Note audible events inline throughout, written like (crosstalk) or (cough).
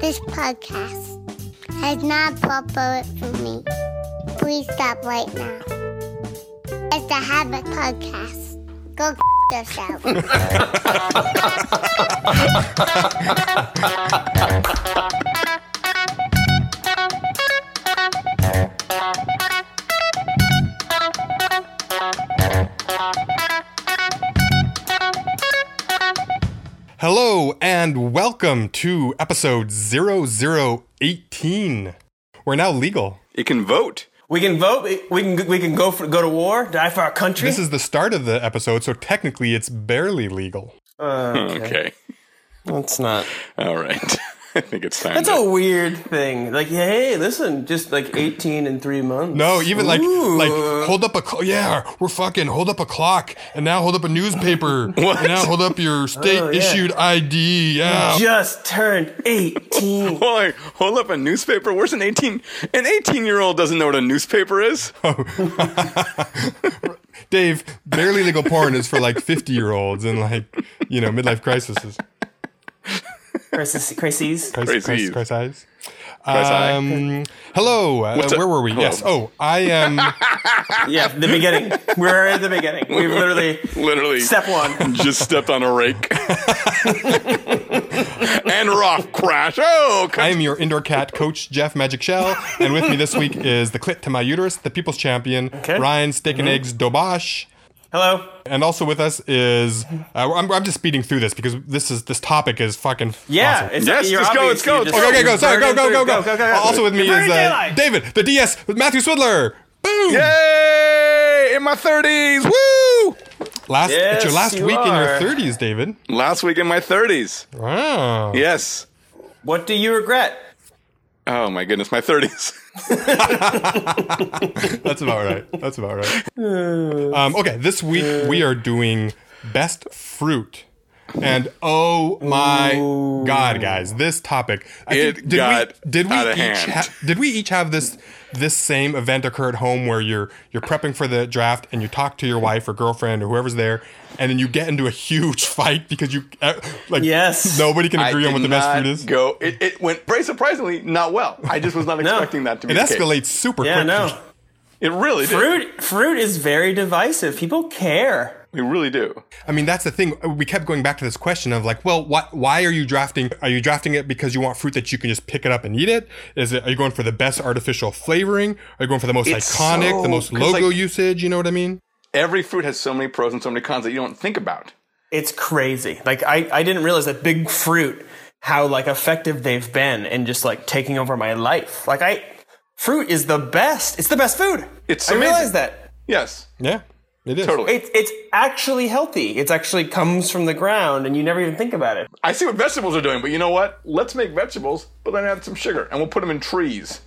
This podcast is not appropriate for me. Please stop right now. It's a habit podcast. Go yourself. Hello and welcome to episode 0018. We're now legal. It can vote. We can vote. We can we can go for, go to war, die for our country. This is the start of the episode, so technically it's barely legal. Okay. That's not. All right. (laughs) I think it's time. That's to- a weird thing. Like, hey, listen, just like eighteen and three months. No, even like Ooh. like hold up a cl- yeah, we're fucking hold up a clock and now hold up a newspaper. What? And now hold up your state yeah. issued ID. Yeah. just turned (laughs) eighteen. Well, like, hold up a newspaper. Where's an eighteen? An eighteen-year-old doesn't know what a newspaper is. Dave, barely legal porn is for like 50-year-olds and like, you know, midlife crises. Crisis, crises. Christ, Christ, Crises. Christ eyes. eye. Um, hello. Uh, What's up? where were we? Yes. Oh, I am. Yeah, the beginning. We're at the beginning. We've (laughs) literally Literally, step one. just stepped on a rake (laughs) and rock crash. I Oh, come- am your indoor cat coach, Jeff Magic Shell, and with me this week is the clit to my uterus, the people's champion, Ryan Steak Mm-hmm. and Eggs Dobosh, Hello. and also with us is uh, I'm, I'm just speeding through this because this is this topic is fucking Yeah. awesome. It's, Yes, you're let's go, obvious. let's go, You're let's just- okay, go you're sorry, go burning go through. go go. Also with me You're is burning uh, daylight. David, the DS, with Matthew Swidler. Boom! yay! In my thirties. Woo! Last it's your Yes, last you week in your are. 30s, David. Last week in my thirties. Wow. Yes. What do you regret? Oh my goodness, my thirties. That's about right. That's about right. (laughs) Um, okay, this week we are doing best fruit. And oh my god, guys, this topic. I It think- did got we, did we out of each hand. ha- did we each have this this same event occur at home where you're you're prepping for the draft and you talk to your wife or girlfriend or whoever's there and then you get into a huge (laughs) fight because you uh, like Yes. nobody can agree I on what did the best not fruit is. Go. It, it went very surprisingly not well. I just (laughs) was not expecting that to it be. the case. escalates super Yeah, quick. no. It really did. Fruit, fruit is very divisive. People care. We really do. I mean, that's the thing. We kept going back to this question of like, well, why, why are you drafting? Are you drafting it because you want fruit that you can just pick it up and eat it? Is it, are you going for the best artificial flavoring? Are you going for the most It's iconic, so- the most 'cause, logo like- usage? You know what I mean? Every fruit has so many pros and so many cons that you don't think about. it's crazy. Like I, I didn't realize that Big Fruit how like effective they've been in just like taking over my life. Like I fruit is the best. It's the best food. It's I amazing. realize that. Yes, Yeah, it is. totally. It's it's actually healthy. It's actually comes from the ground and you never even think about it. I see what vegetables are doing, but you know what? Let's make vegetables, but then add some sugar, and we'll put them in trees.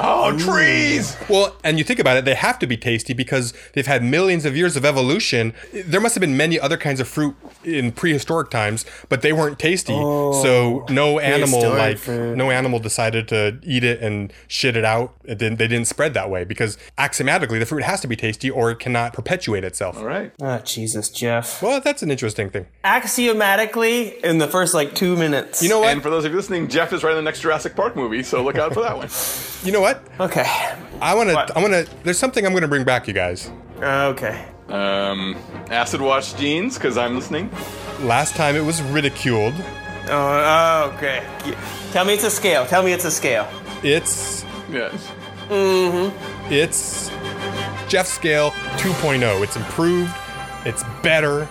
Oh, trees! Well, and you think about it, they have to be tasty because they've had millions of years of evolution. There must have been many other kinds of fruit in prehistoric times, but they weren't tasty. so no animal Oh, prehistoric like fruit. no animal decided to eat it and shit it out. It didn't, they didn't spread that way because axiomatically the fruit has to be tasty or it cannot perpetuate itself. All right. Oh Jesus, Jeff. Well, that's an interesting thing. Axiomatically, in the first like two minutes. You know what? And for those of you listening, Jeff is right in the next Jurassic Park movie, so look out for that one. (laughs) you know what? Okay. I want What? to. I want to. There's something I'm going to bring back, you guys. Okay. Um, acid wash jeans, because I'm listening. Last time it was ridiculed. Oh, okay. Tell me it's a scale. Tell me it's a scale. It's Yes. It's Jeff Scale 2.0. It's improved. It's better.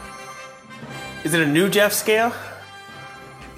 Is it a new Jeff scale?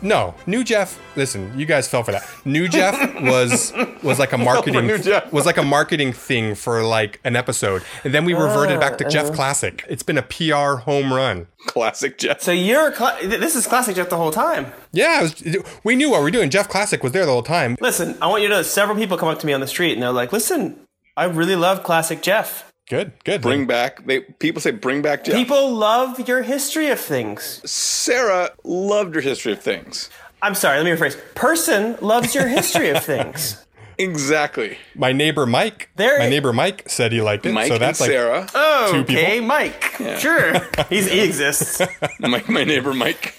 No, new Jeff. Listen, you guys fell for that. New Jeff was was (laughs) like a marketing New Jeff. was like a marketing thing for like an episode, and then we reverted back to Uh, Jeff Classic. It's been a PR home run. Classic Jeff. So you're cla th- this is classic Jeff the whole time. Yeah, it was, we knew what we were doing. Jeff Classic was there the whole time. Listen, I want you to know several people come up to me on the street and they're like, "Listen, I really love classic Jeff. Good, good. Bring back. They people say bring back Jeff. People love your history of things." Sarah loved her history of things. I'm sorry, let me rephrase. Person loves your history (laughs) of things. Exactly. my neighbor Mike. There- my neighbor Mike said he liked it. Mike so that's and like Sarah. two Okay, people. (laughs) Mike. Sure. He's, he exists. (laughs) Mike, my neighbor Mike.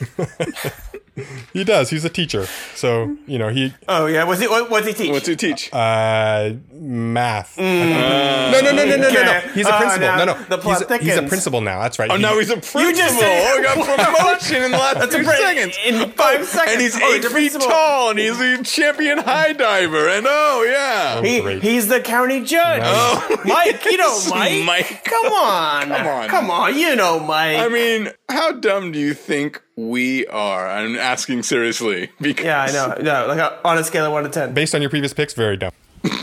He does. He's a teacher, so you know he Uh, Oh yeah, what's he what, what's he teach? What do you teach? uh, math. no, no, no, no, no, no, no. He's a Uh, principal. now no, no. the plot he's, a, he's a thickens. principal now. That's right. oh, He- now he's a principal. just said- oh, he (laughs) got promotion in the last two pri- seconds. in five seconds. And he's Oh, eight he's a feet principal. tall, and he's a champion high diver. And oh yeah, He- Great. he's the county judge. Oh. (laughs) Mike, you (laughs) know Mike. Mike. Come on. Come on. Come on, you know Mike. I mean, how dumb do you think we are? I'm asking seriously. Because yeah, I know. No, like uh, on a scale of one to ten. based on your previous picks, very dumb. Wow.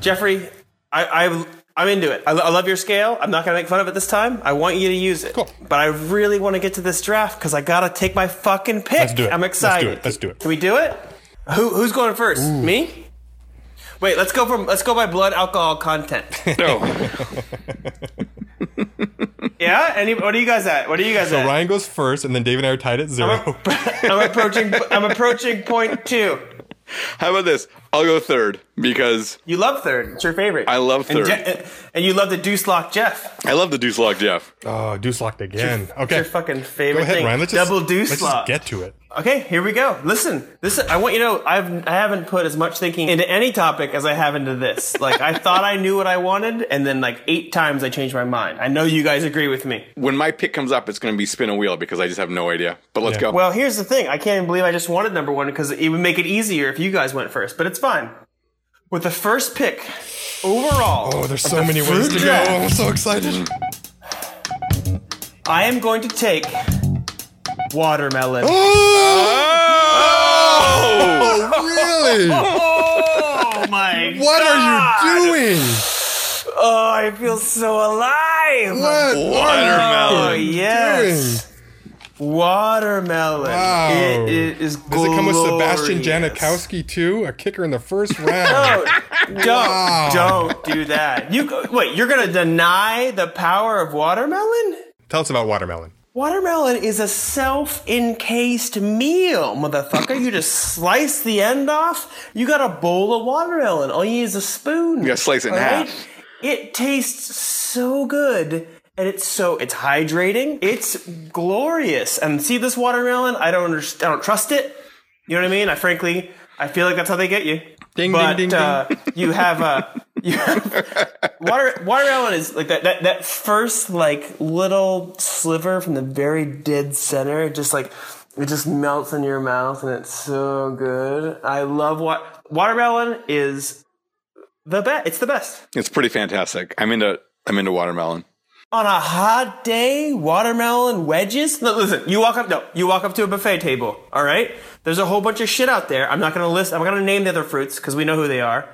Jeffrey, I, I I'm into it. I, lo- I love your scale. I'm not gonna make fun of it this time. I want you to use it. Cool. But I really want to get to this draft because I gotta take my fucking pick. Let's do it. I'm Let's do it. excited. Let's do it. Can we do it? Who who's going first? Me? Wait, let's go from let's go by blood (laughs) alcohol content. No. yeah? Any what are you guys at? What are you guys at? Ryan goes first, and then Dave and I are tied at zero. (laughs) I'm approaching I'm approaching point two. How about this? I'll go third because You love third. It's your favorite. I love And, third. Je- and you love the Deuce Lock Jeff. I love the Deuce Log Jeff. oh, Deuce locked again. It's Okay, your fucking go favorite ahead, thing. Ryan. Let's just Double Deuce let's Lock. just get to it. Okay, here we go. Listen, this I want you to know I've I haven't put as much thinking into any topic as I have into (laughs) this. Like I thought I knew what I wanted, and then like eight times I changed my mind. I know you guys agree with me. When my pick comes up, it's going to be spin a wheel because I just have no idea. But let's Yeah. go. Well, here's the thing. I can't even believe I just wanted number one because it would make it easier if you guys went first, but it's fine. With the first pick overall, Oh, there's so many ways to go. draft. I'm so (laughs) excited. I am going to take watermelon. oh! Oh, really? (laughs) oh my What God. are you doing? Oh, I feel so alive. What? Oh Watermelon. yes, watermelon. Wow. It, it is Does it come with Sebastian glorious. Janikowski too? A kicker in the (laughs) first round. Don't, don't do that. You go- wait. You're gonna deny the power of watermelon? Tell us about watermelon. Watermelon is a self-encased meal, motherfucker. you just slice the end off. You got a bowl of watermelon. All you need is a spoon. You gotta slice it in All half. It tastes so good. And it's so it's hydrating. It's glorious. And see this watermelon? I don't understand. I don't trust it. You know what I mean? I frankly, I feel like that's how they get you. Ding, but, ding, ding, ding. Uh, you have uh, (laughs) you have water. Watermelon is like that, that. That first like little sliver from the very dead center, it just like it just melts in your mouth, and it's so good. I love what watermelon is. The best. It's the best. It's pretty fantastic. I'm into I'm into watermelon. On a hot day, watermelon wedges. No, listen, you walk up. No, you walk up to a buffet table. All right. There's a whole bunch of shit out there. I'm not gonna list. I'm not gonna name the other fruits because we know who they are.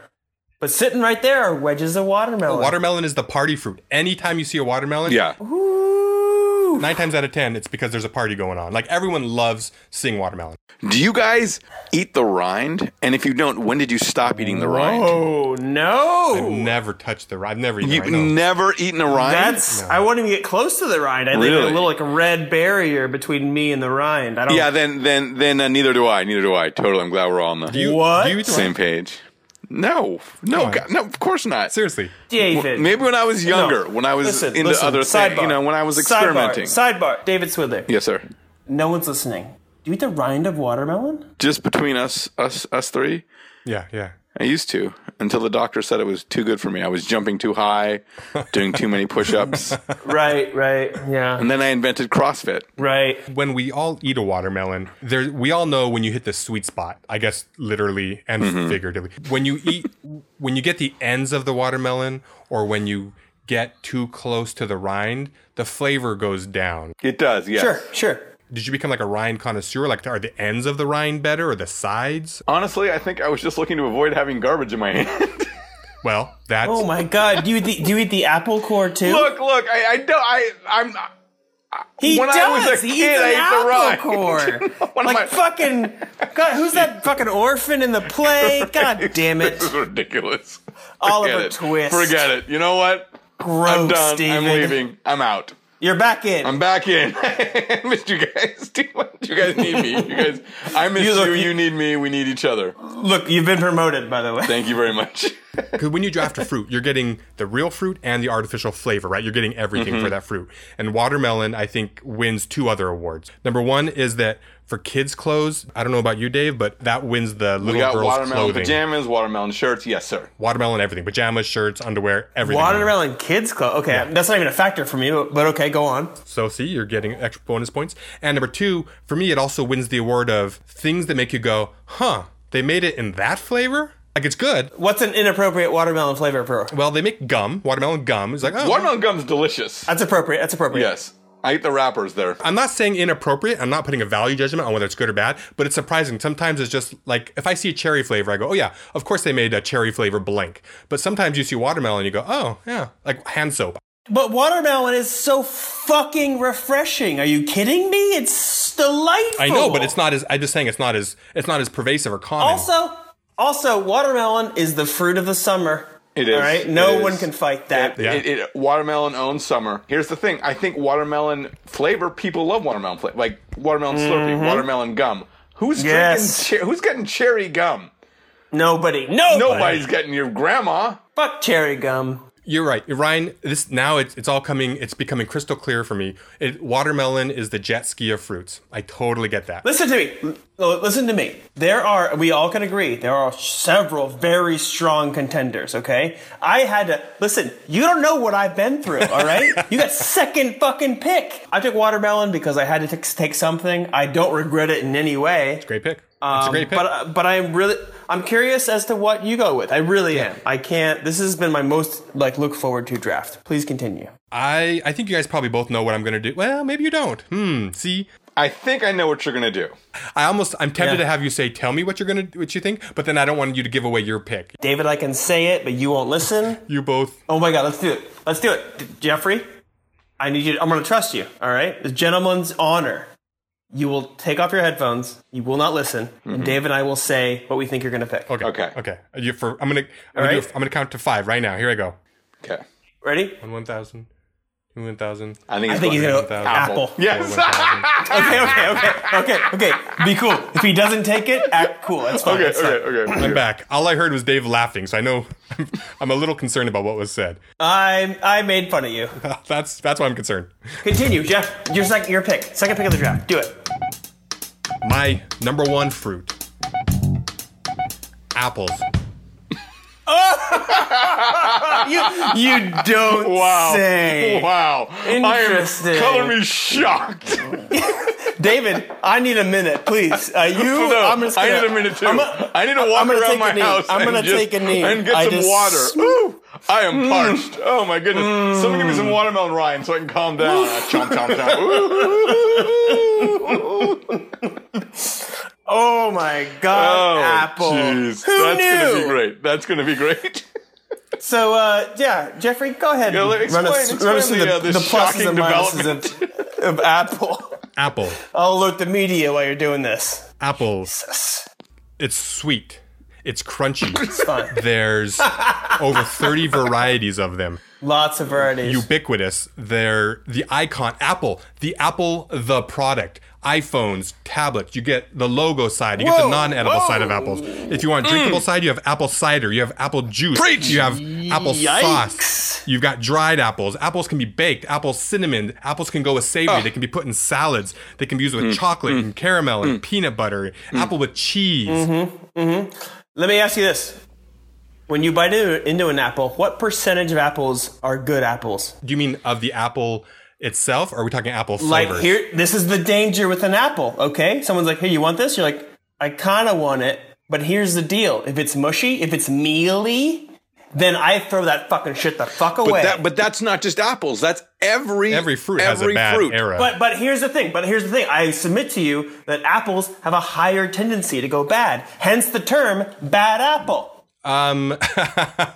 But sitting right there are wedges of watermelon. Watermelon is the party fruit. Anytime you see a watermelon, Yeah. Ooh. nine times out of ten, it's because there's a party going on. Like everyone loves seeing watermelon. Do you guys eat the rind? And if you don't, when did you stop eating the rind? Oh no! Never touch the. I've never You've even. never eaten a rind? That's I won't even get close to the rind. I think there's Really? a little like red barrier between me and the rind. I don't. yeah, then then then uh, neither do I. Neither do I. Totally. I'm glad we're all on the you, What? Do you eat the same. same page. No. No, on. God, no, of course not. Seriously. David. Maybe when I was younger, No. when I was Listen, into listen, other things, sidebar. you know, when I was Sidebar, experimenting. Sidebar. David Swidler. Yes, sir. No one's listening. Do you eat the rind of watermelon? Just between us, us, us three, Yeah, yeah. I used to until the doctor said it was too good for me. I was jumping too high, doing too many (laughs) push-ups, Right. Right. Yeah. and then I invented CrossFit. Right. When we all eat a watermelon, there we all know when you hit the sweet spot. I guess literally and figuratively. When you eat, when you get the ends of the watermelon, or when you get too close to the rind, the flavor goes down. It does, yes. Sure. Sure. Did you become like a rind connoisseur? Like, are the ends of the rind better or the sides? Honestly, I think I was just looking to avoid having garbage in my hand. (laughs) Well, that's Oh my God! Do you eat the, do you eat the apple core too? look, look, I, I don't, I, I'm. he when does. I was a he kid, eats I an ate the rind. apple core. (laughs) What like am I- fucking God, who's that fucking orphan in the play? (laughs) God damn it, This is ridiculous. Oliver Forget it. Twist. Forget it. You know what? Gross, I'm done. David. I'm leaving. I'm out. You're back in. I'm back (laughs) in. I missed you guys too much. You guys need me. You guys, I miss You you. look- You, need me. We need each other. Look, you've been promoted, by the way. Thank you very much. Because when you (laughs) draft a fruit, you're getting the real fruit and the artificial flavor, right? You're getting everything Mm-hmm. for that fruit. And watermelon, I think, wins two other awards. Number one is that for kids' clothes, I don't know about you, Dave, but that wins the little We got girls' watermelon clothing, pajamas, watermelon shirts. Yes, sir. watermelon, everything, pajamas, shirts, underwear, everything. Watermelon kids club. Okay, that's not even a factor for me, but, but okay, go on. So see, you're getting extra bonus points. And number two, for me, it also wins the award of things that make you go, "Huh? They made it in that flavor? Like it's good." What's an inappropriate watermelon flavor, bro? Well, they make gum, watermelon gum. It's like, oh, Watermelon gum's delicious. That's appropriate. That's appropriate. Yes, I eat the wrappers there. I'm not saying inappropriate. I'm not putting a value judgment on whether it's good or bad, but it's surprising. Sometimes it's just like if I see a cherry flavor, I go, oh yeah, of course they made a cherry flavor blank. But sometimes you see watermelon, and you go, oh yeah, like hand soap. But watermelon is so fucking refreshing. Are you kidding me? It's delightful. I know, but it's not as. I'm just saying it's not as it's not as pervasive or common. Oh. Also, also, watermelon is the fruit of the summer. It is. All right, It no is. one can fight that. Yeah. It, it, watermelon owns summer. Here's the thing. I think watermelon flavor. People love watermelon flavor, like watermelon Slurpee, watermelon gum. Who's Mm-hmm. Yes. drinking? Che- who's getting cherry gum? Nobody, nobody, Nobody's getting your grandma. Fuck cherry gum. You're right, Ryan. This now it's it's all coming. It's becoming crystal clear for me. It, watermelon is the jet ski of fruits. I totally get that. Listen to me. L- Listen to me. There are, we all can agree, there are several very strong contenders, okay? I had to, listen, you don't know what I've been through, all right? you got second fucking pick. I took watermelon because I had to t- take something. I don't regret it in any way. Great pick. it's a Um, great pick. But but I'm really I'm curious as to what you go with. I really am. I can't. This has been my most like look forward to draft. Please continue. I I think you guys probably both know what I'm gonna do. Well, maybe you don't. Hmm. See, I think I know what you're gonna do. I almost I'm tempted Yeah. to have you say, "Tell me what you're gonna what you think," but then I don't want you to give away your pick. David, I can say it, but you won't listen. You both. Oh my god, let's do it. Let's do it, D- Jeffrey. I need you. I'm gonna trust you. All right, this gentleman's honor. You will take off your headphones. You will not listen. And Dave and I will say what we think you're gonna pick. Okay. Mm-hmm. Okay. Okay. You for I'm gonna I'm gonna, do a- right. I'm gonna count to five right now. Here I go. Okay. Ready? One one thousand. Two one thousand. I think I he's think he's going gonna to go Apple. apple. Yes. (laughs) Okay, okay, okay, okay, okay. Be cool. If he doesn't take it, act cool. That's (laughs) fine. okay. That's fine. Okay. Okay. I'm back. All I heard was Dave laughing, so I know (laughs) I'm, I'm a little concerned about what was said. (laughs) I I made fun of you. That's that's why I'm concerned. Continue, Jeff. Your sec- your pick. Second pick of the draft. Do it. My number one fruit. Apples. You (laughs) don't Wow. say. Wow. I Interesting. am color me shocked. David, I need a minute, please. Uh, you, (laughs) No, I'm just I gonna, need a minute too. I'm i a- need to walk I'm gonna around take my a knee. house. I'm gonna and just- take a knee. and get I some just- Mm. water. Ooh, I am parched. Oh my goodness! Someone give me some watermelon, Ryan, so I can calm (laughs) down. Uh, chomp, chomp, chomp. Ooh. Oh my God, Oh, Apple. jeez. Who That's gonna be knew? great. That's gonna be great. (laughs) So, uh, yeah, Jeffrey, go ahead. Yeah, and let- run us, explain- run us explain through the, the, uh, this the pluses and shocking (laughs) minuses of, of Apple. Apple. I'll alert the media while you're doing this. Apples. It's sweet. It's crunchy. It's fine. There's over 30 varieties of them. Lots of varieties. ubiquitous. They're the icon, Apple, the Apple, the product, iPhones, tablets. You get the logo side, you get the Whoa, non-edible whoa. Mm. side of apples. If you want drinkable side, you have apple cider, you have apple juice, Preach. you have apple sauce. Yikes. You've got dried apples. Apples can be baked. Apples cinnamon. Apples can go with savory. They can be put in salads. They can be used with Mm. chocolate and caramel and peanut butter. Apple with cheese. Mm-hmm. Let me ask you this. When you bite into, into an apple, what percentage of apples are good apples? Do you mean of the apple itself? Or are we talking apple Like flavors? here, this is the danger with an apple. Okay, someone's like, "Hey, you want this?" You're like, "I kind of want it, but here's the deal: if it's mushy, if it's mealy, then I throw that fucking shit the fuck But away." that, but that's not just apples. That's every Every fruit has a every bad fruit. era. But but here's the thing. But here's the thing. I submit to you that apples have a higher tendency to go bad. Hence the term "bad apple." Um,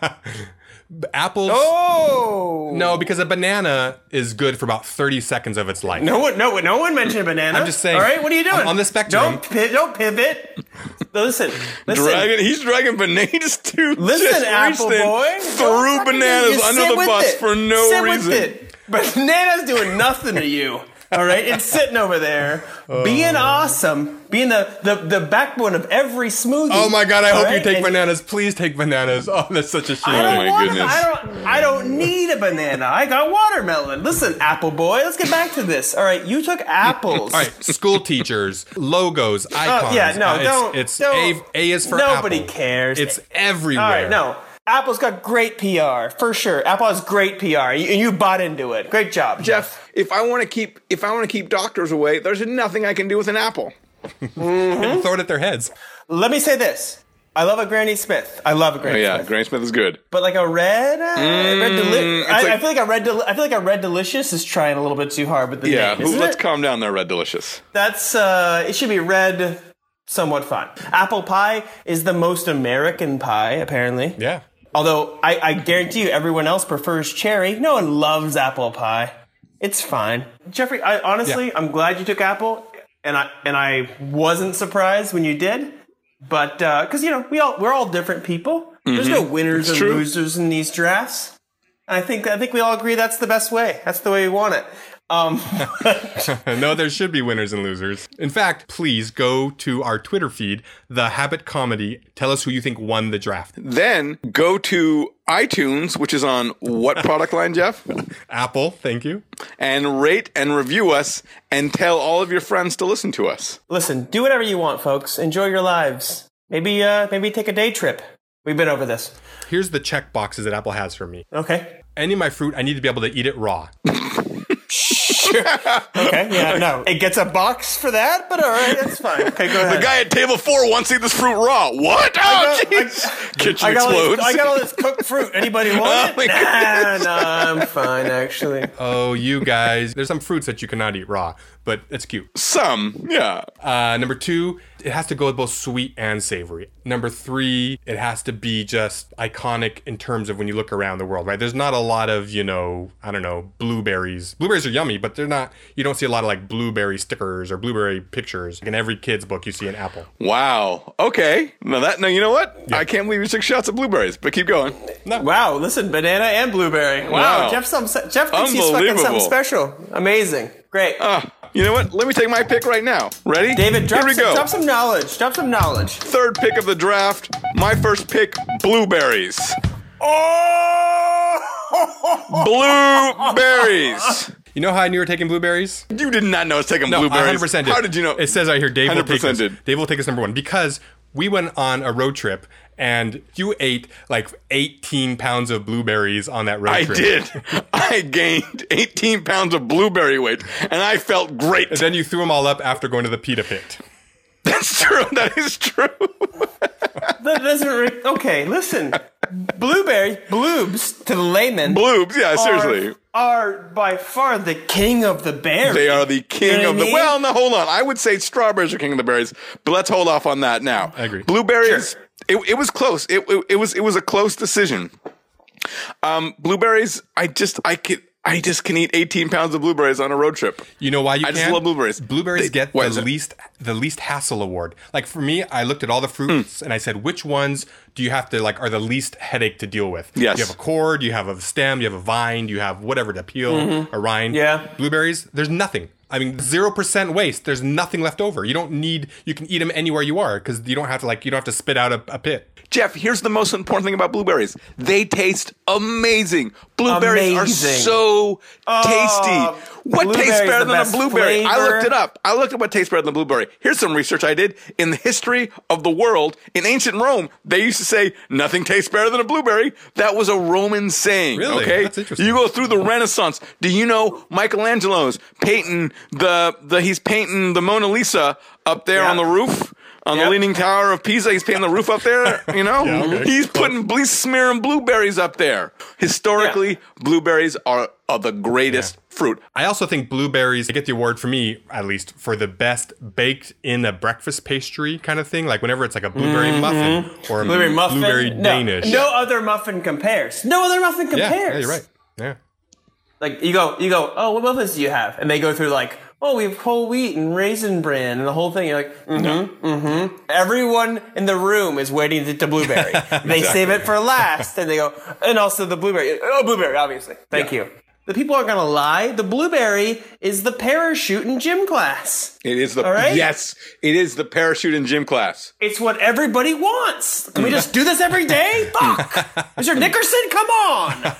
(laughs) apples. Oh No, because a banana is good for about thirty seconds of its life. No one, no one, no one mentioned a banana. I'm just saying, All right, what are you doing on the spectrum- Don't, pi- don't pivot. listen, listen. Dragging, he's dragging bananas to (laughs) Listen, just reach Apple them, boy. Threw Don't fucking- bananas just under sit the with bus it. for no Sit with reason. it. But Nana's doing nothing to you. All right, it's sitting over there, being Oh. awesome, being the, the, the backbone of every smoothie. Oh my god, I all hope you right? take And- bananas. Please take bananas. (laughs) Oh, that's such a shame. I don't my want. goodness. I don't. I don't need a banana. I got watermelon. Listen, apple boy. Let's get back to this. All right, you took (laughs) apples. All right, school teachers, (laughs) logos, icons. Oh, Uh, yeah, no, it's, don't- It's don't- A, a is for Nobody Apple. cares. It's All everywhere. right, no. Apple's got great PR for sure. Apple has great PR, and you- and you bought into it. Great job, Jeff, if I want to keep if I want to keep doctors away, there's nothing I can do with an apple. Throw it at their heads. Let me say this. I love a Granny Smith. I love a Granny Oh, Yeah, Smith. Granny Smith is good. But like a red, uh, red deli- I, Mm, like- I feel like a red. Deli- I feel like a red delicious is trying a little bit too hard with the Yeah, name. who- isn't let's it? calm down there, Red Delicious. That's uh, it should be red. Somewhat fun. Apple pie is the most American pie, apparently. Yeah. Although I, I guarantee you, everyone else prefers cherry. No one loves apple pie. It's fine, Jeffrey. I, honestly, Yeah. I'm glad you took apple, and I and I wasn't surprised when you did. But because you know we all we're all different people. There's no winners and true. losers in these drafts. I think I think we all agree that's the best way. That's the way we want it. Um, (laughs) No, there should be winners and losers. In fact, please go to our Twitter feed, The Habit Comedy. Tell us who you think won the draft. Then go to iTunes, which is on what product line, Jeff? Apple, thank you. And rate and review us and tell all of your friends to listen to us. listen, do whatever you want, folks. Enjoy your lives. Maybe uh, maybe take a day trip. We've been over this. Here's the check boxes that Apple has for me. Okay. Any of my fruit, I need to be able to eat it raw. Okay, yeah, (laughs) no. It gets a box for that, but all right, that's fine. (laughs) Okay, go ahead. The guy at table four wants to eat this fruit raw. What? Oh, got- I- jeez. Kitchen I got, all explodes. Oh this, I got all this cooked fruit. (laughs) Anybody want my it? Nah, nah, I'm (laughs) fine, actually. Oh, you guys. There's some fruits that you cannot eat raw, but it's cute. Some, yeah. Uh, number two, it has to go with both sweet and savory. Number three, it has to be just iconic in terms of when you look around the world, right? There's not a lot of, you know, I don't know, blueberries. Blueberries are yummy, but they're not, you don't see a lot of like blueberry stickers or blueberry pictures. Like in every kid's book, you see an apple. Wow. Okay. Now that. No, you know what? I can't believe you took shots of blueberries. But keep going. Wow, listen, banana and blueberry. Wow, Wow. Jeff, some, Jeff thinks he's fucking something Unbelievable. special. Amazing. Great. Ah, you know what? Let me take my pick right now. Ready? David, drop, Here we some, go. drop some knowledge. Drop some knowledge. Third pick of the draft. My first pick: blueberries. Oh! Blueberries. You know how I knew you were taking blueberries? (laughs) you did not know I was taking No, I blueberries. 100%. did. How did you know? It says right here, Dave will take 100% us. did. Dave will take us number one because we went on a road trip and you ate like 18 pounds of blueberries on that road I trip. did. I gained 18 pounds of blueberry weight, and I felt great. And then you threw them all up after going to the pita pit. That's true. That is true. (laughs) That doesn't. Re- okay, listen. Blueberry, bloobs to the layman. Bloobs. Yeah, seriously. Are, are by far the king of the berries. They are the king You know of what I the. mean? Well, no, hold on. I would say strawberries are king of the berries, but let's hold off on that now. I agree. Blueberries. It, it was close. It, it, it was it was a close decision. Um, blueberries. I just I could I just can eat 18 pounds of blueberries on a road trip. You know why you I just can? love blueberries. Blueberries They- get why the is it- least the least hassle award. Like for me, I looked at all Hmm. the fruits and I said, which ones do you have to like are the least headache to deal with? Yes. You have a cord, you have a stem, you have a vine, you have whatever to peel, Mm-hmm. a rind. Yeah. Blueberries, there's nothing. I mean, zero percent waste. There's nothing left over. You don't need. You can eat them anywhere you are because you don't have to like. You don't have to spit out a, a pit. Jeff, here's the most important thing about blueberries. They taste amazing. Blueberries are Amazing. so tasty. What blueberry's tastes better the than a best blueberry? I flavor. looked it up. I looked at what tastes better than blueberry. Here's some research I did. In the history of the world, in ancient Rome, they used to say nothing tastes better than a blueberry. That was a Roman saying. Really? Okay. That's interesting. You go through the Renaissance. Do you know Michelangelo's painting the the he's painting the Mona Lisa up there Yeah. on the roof? On Yep. the Leaning Tower of Pisa, he's painting the roof up (laughs) there. You know, Yeah, okay. he's putting he's smearing blueberries up there. Historically, blueberries are, are the greatest fruit. I also think blueberries they get the award for me, at least, for the best baked in a breakfast pastry kind of thing. Like whenever it's like a blueberry muffin or a Mm-hmm. Blueberry muffin. Mm. blueberry no, Danish. No other muffin compares. No other muffin yeah, compares. yeah, you're right. Yeah. Like you go, you go. Oh, what muffins do you have? And they go through like, oh, we have whole wheat and raisin bran and the whole thing. You're like, mm-hmm, mm-hmm. Everyone in the room is waiting to, (laughs) to blueberry. they save it for last, and they go, and also the blueberry. Oh, blueberry, obviously. Thank you. The people aren't gonna lie. The blueberry is the parachute in gym class. It is the All right. yes. It is the parachute in gym class. It's what everybody wants. Can we just do this (laughs) every day? Fuck, Mr. Nickerson, come on,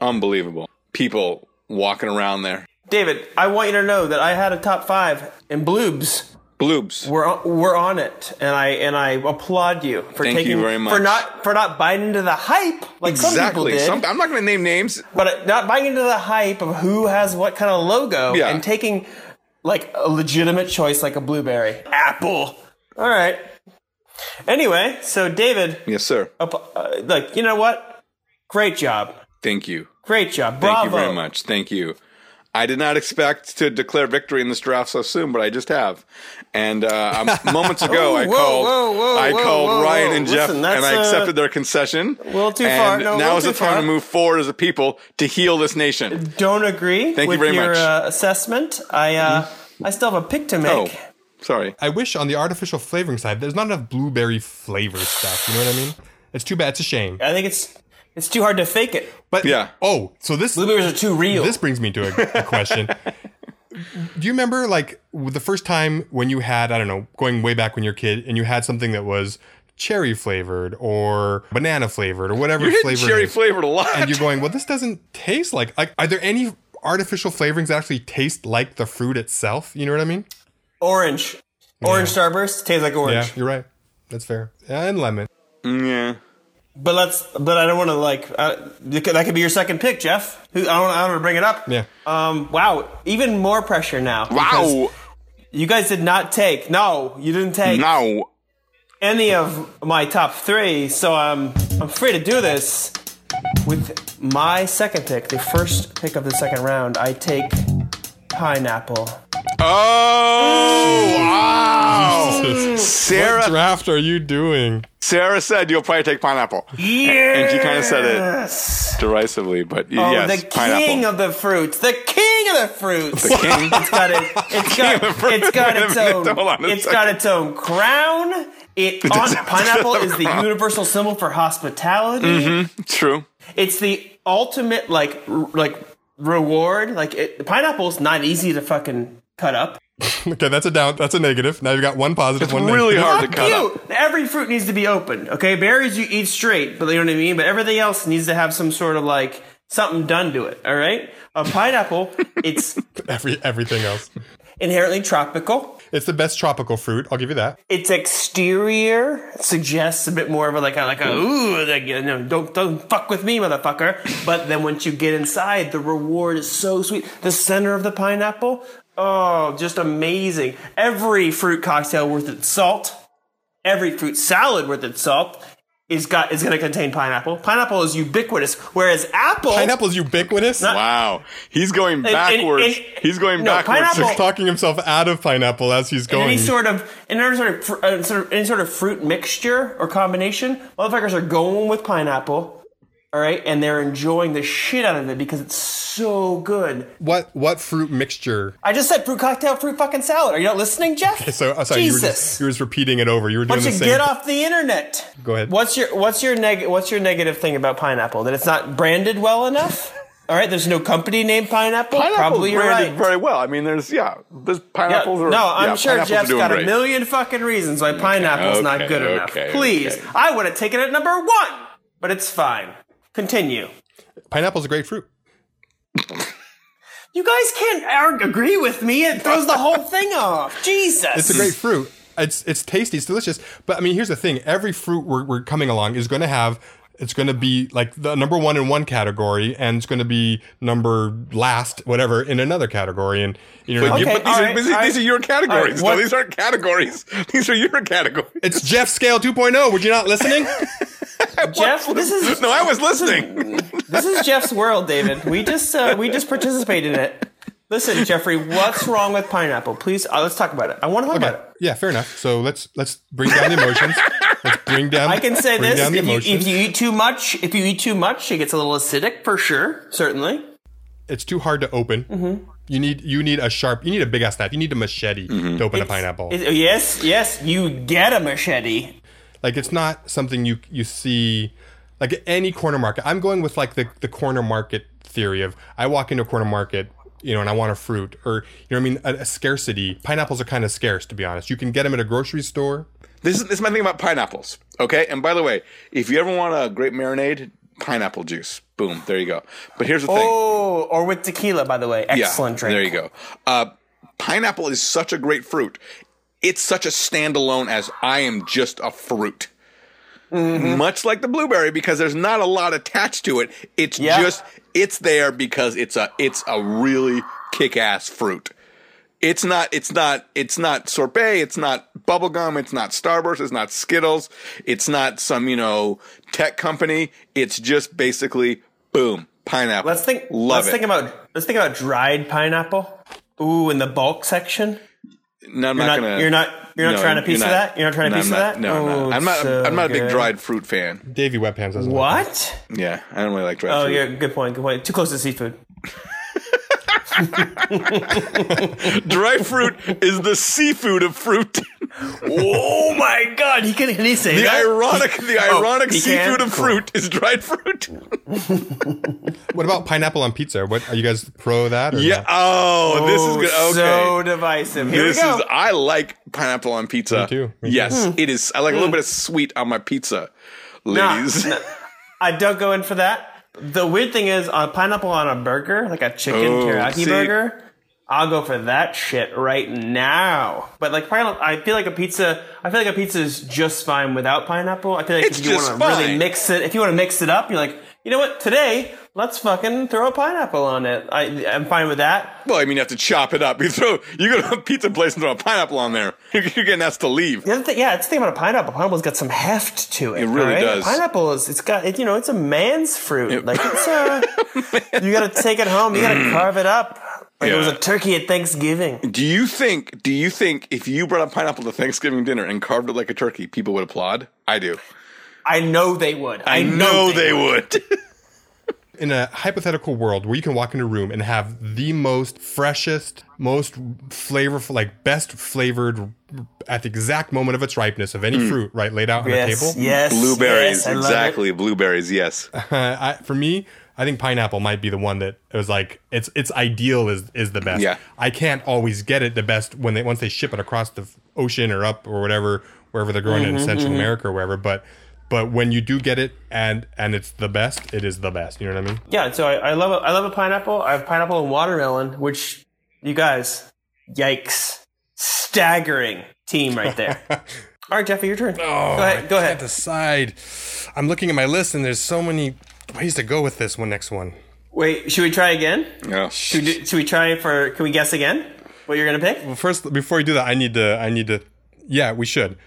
Unbelievable. People walking around there. David. I want you to know that I had a top five in bloobs. Bloobs. We're on, we're on it, and I and I applaud you for Thank taking you very much. for not for not buying into the hype like some people Exactly. did, Some- I'm not going to name names. but not buying into the hype of who has what kind of logo Yeah. and taking like a legitimate choice like a blueberry apple. All right. Anyway, so David, Yes, sir. up- uh, like you know what? Great job, Thank you. great Thank job, bravo. you very much. Thank you. I did not expect to declare victory in this draft so soon, but I just have. And uh, (laughs) um, moments ago, I whoa, called, whoa, whoa, I whoa, called whoa, Ryan whoa. and Jeff, Listen, that's, and I uh, accepted their concession. A little too far. No, now a little is the too time far. to move forward as a people to heal this nation. Don't agree Thank you with very your much. Mm-hmm. Uh, assessment. I uh, I still have a pick to make. Oh, sorry. I wish on the artificial flavoring side, there's not enough blueberry flavor stuff. You know what I mean? It's too bad. It's a shame. I think it's it's too hard to fake it. But Yeah. Oh, so this Blueberries are too real. this brings me to a, a (laughs) question. Do you remember like w- the first time when you had I don't know going way back when you were a kid and you had something that was cherry flavored or banana flavored or whatever You're hitting flavor it cherry is. flavored a lot. and (laughs) you're going well this doesn't taste like like are there any artificial flavorings that actually taste like the fruit itself you know what I mean orange. Orange Starburst tastes like yeah orange. you're right that's fair and lemon yeah. But let's. But I don't want to like. Uh, that could- that could be your second pick, Jeff. Who I don't. I don't want to bring it up. yeah Um. Wow. Even more pressure now. because Wow. You guys did not take. No, you didn't take Now. any of my top three. So I'm. I'm free to do this with my second pick, the first pick of the second round. I take pineapple. Oh, wow. (laughs) what Sarah, draft are you doing (laughs) Sarah said you'll probably take pineapple. Yeah. And she kind of said it Yes. derisively, but y- Oh, yes, the pineapple. king of the fruits. The king of the fruits. the king. (laughs) It's got it. It's got. of the fruits. It's got Wait a its minute, own. hold on a It's second. got its own crown. It on, pineapple is the universal symbol for hospitality. Mm-hmm. True. It's the ultimate like r- like reward. Like it, pineapple's not easy to fucking cut up. okay that's a down that's a negative now you've got one positive one Really negative. hard to cut up. Cute. Every fruit needs to be open. Okay, berries you eat straight, but you know what I mean. But everything else needs to have some sort of like something done to it. All right, (laughs) a pineapple. it's (laughs) every everything else inherently tropical. It's the best tropical fruit. I'll give you that. Its exterior suggests a bit more of a like a like a ooh like you know, don't don't fuck with me motherfucker. But then once you get inside, the reward is so sweet. The center of the pineapple, oh, just amazing. Every fruit cocktail worth its salt, every fruit salad worth its salt is got is going to contain pineapple. Pineapple is ubiquitous, whereas apple Pineapple's ubiquitous. Wow. He's going backwards. and- He's going No, backwards. pineapple- He's talking himself out of pineapple as he's Oh. And going. any sort of and any sort of, fr- uh, sort of any sort of fruit mixture or combination, motherfuckers are going with pineapple. All right, and they're enjoying the shit out of it because it's so good. what what fruit mixture? I just said fruit cocktail, fruit fucking salad. Are you not listening, Jeff? So uh, sorry, you were, Jesus. just, you were just repeating it over. You were why doing don't the you same. get off the internet? Go ahead. What's your what's your neg- what's your negative thing about pineapple? That it's not branded well enough. All right, there's no company named pineapple. Pineapple's Probably you're branded right. very well. I mean, there's, yeah, there's pineapples. Yeah, are, no, I'm yeah, sure pineapples are Jeff's doing got a great. million fucking reasons why pineapple's not okay, good okay, enough. okay. Please, I would have taken it at number one, but it's fine. Continue. Pineapple's a great fruit. You guys can't ar- agree with me. It throws the (laughs) whole thing off. Jesus. It's a (laughs) great fruit. It's it's tasty. It's delicious. But I mean, here's the thing: every fruit we're, we're coming along is going to have. It's going to be like the number one in one category, and it's going to be number last, whatever, in another category. And you know, what I But you- mean? Okay, but these, all are, right, these, all these right. are your categories. All right, no, what- these aren't categories. (laughs) These are your categories. it's Jeff Scale 2.0. Were you not (laughs) listening? Jeff, this (laughs) is No, I was listening. this is Jeff's world, David. We just uh, we just participate in it. Listen, Jeffrey, what's wrong with pineapple? Please, uh, let's talk about it. I want to talk about it. Yeah, fair enough. So let's let's bring down the emotions. let's bring down. I can say bring this: Down the if you, emotions. if you eat too much, if you eat too much, it gets a little acidic for sure, certainly. it's too hard to open. Mm-hmm. You need you need a sharp. You need a big ass knife. You need a machete to open a pineapple. It- yes, yes, you get a machete. like it's not something you you see Like any corner market. I'm going with like the, the corner market theory of I walk into a corner market, you know, and I want a fruit or, you know what I mean, a, a scarcity. Pineapples are kind of scarce, to be honest. You can get them at a grocery store. This is, this is my thing about pineapples. Okay. And by the way, if you ever want a great marinade, pineapple juice. Boom. There you go. But here's the thing. Oh, or with tequila, by the way. Yeah, Excellent drink. There you go. Uh, pineapple is such a great fruit. It's such a standalone as I am just a fruit. Mm-hmm. Much like the blueberry, because there's not a lot attached to it. It's Yeah. just it's there because it's a it's a really kick ass fruit. It's not it's not it's not sorbet, it's not bubblegum, it's not Starburst, it's not Skittles, it's not some, you know, tech company. It's just basically boom, pineapple. Let's think. Love let's it. think about. Let's think about dried pineapple. Ooh, in the bulk section. No, I'm not, You're not. gonna. you're not. You're not no, trying a piece you're not. of that. You're not trying a No, piece I'm of not. that. No, I'm Oh, not. I'm not, so I'm not a big good. dried fruit fan. Davey Wet Pants doesn't like What? Yeah, I don't really like dried Oh, fruit. yeah. Good point. Good point. Too close to seafood. (laughs) dried fruit is the seafood of fruit. (laughs) (laughs) oh my God! He can. Can he say the that? ironic, the Oh, ironic he can? seafood of fruit is dried (laughs) fruit. that. What about pineapple on pizza? What are you guys pro that? Or Yeah. no? (laughs) Oh, this is good. Okay. So divisive. Here this we go. Hmm. is. I like pineapple on pizza. Me too, me too. yes, it is. I like a little bit of sweet on my pizza, ladies. I don't go in for that. The weird thing is, on pineapple on a burger, like a chicken Oh, teriyaki see. burger, I'll go for that shit right now. But like pineapple, I feel like a pizza. I feel like a pizza is just fine without pineapple. I feel like It's if you just want to really fine. mix it, if you want to mix it up, you're like, you know what? Today, let's fucking throw a pineapple on it. I, I'm fine with that. (laughs) Well, I mean, you have to chop it up. (laughs) You throw, you go to a pizza place and throw a pineapple on there. (laughs) You're, you're getting asked to leave. The other thing, yeah, it's the thing about a pineapple. Pineapple's got some heft to it. It really does. Pineapple is, it's got, it, you know, it's a man's fruit. Like it's (laughs) a, you got to take it home. You got to carve it up. Like it was Mm. Yeah. a turkey at Thanksgiving. Do you think? Do you think if you brought a pineapple to Thanksgiving dinner and carved it like a turkey, people would applaud? I do. I know they would. I, know they would. (laughs) in a hypothetical world where you can walk in a room and have the most freshest, most flavorful, like best flavored at the exact moment of its ripeness of any fruit, right, laid out on Yes, the table. yes, Blueberries, yes, I love it. exactly. Blueberries, (laughs) yes. Uh, (laughs) I, for me, I think pineapple might be the one that it was like its its ideal is is the best. Yeah. I can't always get it the best when they once they ship it across the f- ocean or up or whatever wherever they're growing it in Central America or wherever, but. But when you do get it and and it's the best, it is the best. You know what I mean? Yeah, so I, I love a, I love a pineapple. I have pineapple and watermelon, which you guys, yikes, staggering team right (laughs) there. All right, Jeffy, your turn. Oh, go ahead. Go ahead. Decide. I'm looking at my list and there's so many ways to go with this one. Next one. Wait, should we try again? Yeah. Should we, should we try for? Can we guess again? What you're gonna pick? Well, first, before you do that, I need to. I need to. Yeah, we should.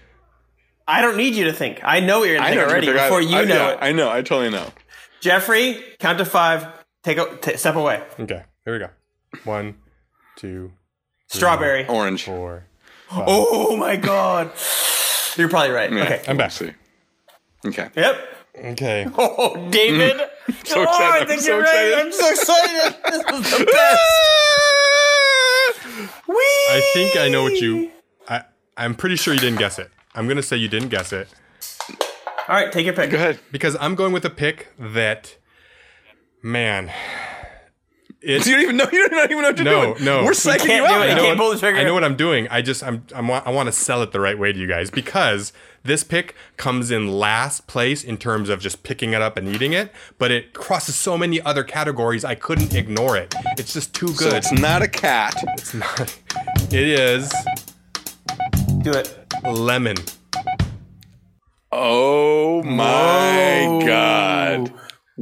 I don't need you to think. I know what you're gonna I think know already I- before you I, know yeah, it. I know. I totally know. Jeffrey, count to five. Take a t- step away. Okay, here we go. One, two, Strawberry. Orange. four. Oh my god. You're probably right. Yeah, Okay. I'm back. let's See. Okay. Yep. (laughs) Okay. Oh, David. Mm-hmm. so oh, excited. I think I'm so you're excited. right. I'm so excited. (laughs) This is the best. Whee! I think I know what you. I I'm pretty sure you didn't guess it. I'm gonna say you didn't guess it All right, take your pick. Go ahead. (laughs) because I'm going with a pick that. Man, it. You don't even know. You don't even know what you're No, doing. no. We're psyching can't you do out. it. now. I can't pull the trigger. I know what I'm doing. I just I'm, I'm I want to sell it the right way to you guys because this pick comes in last place in terms of just picking it up and eating it, but it crosses so many other categories. I couldn't ignore it. It's just too So good. it's not a cat. it's not. It is Do it. lemon. Oh my god.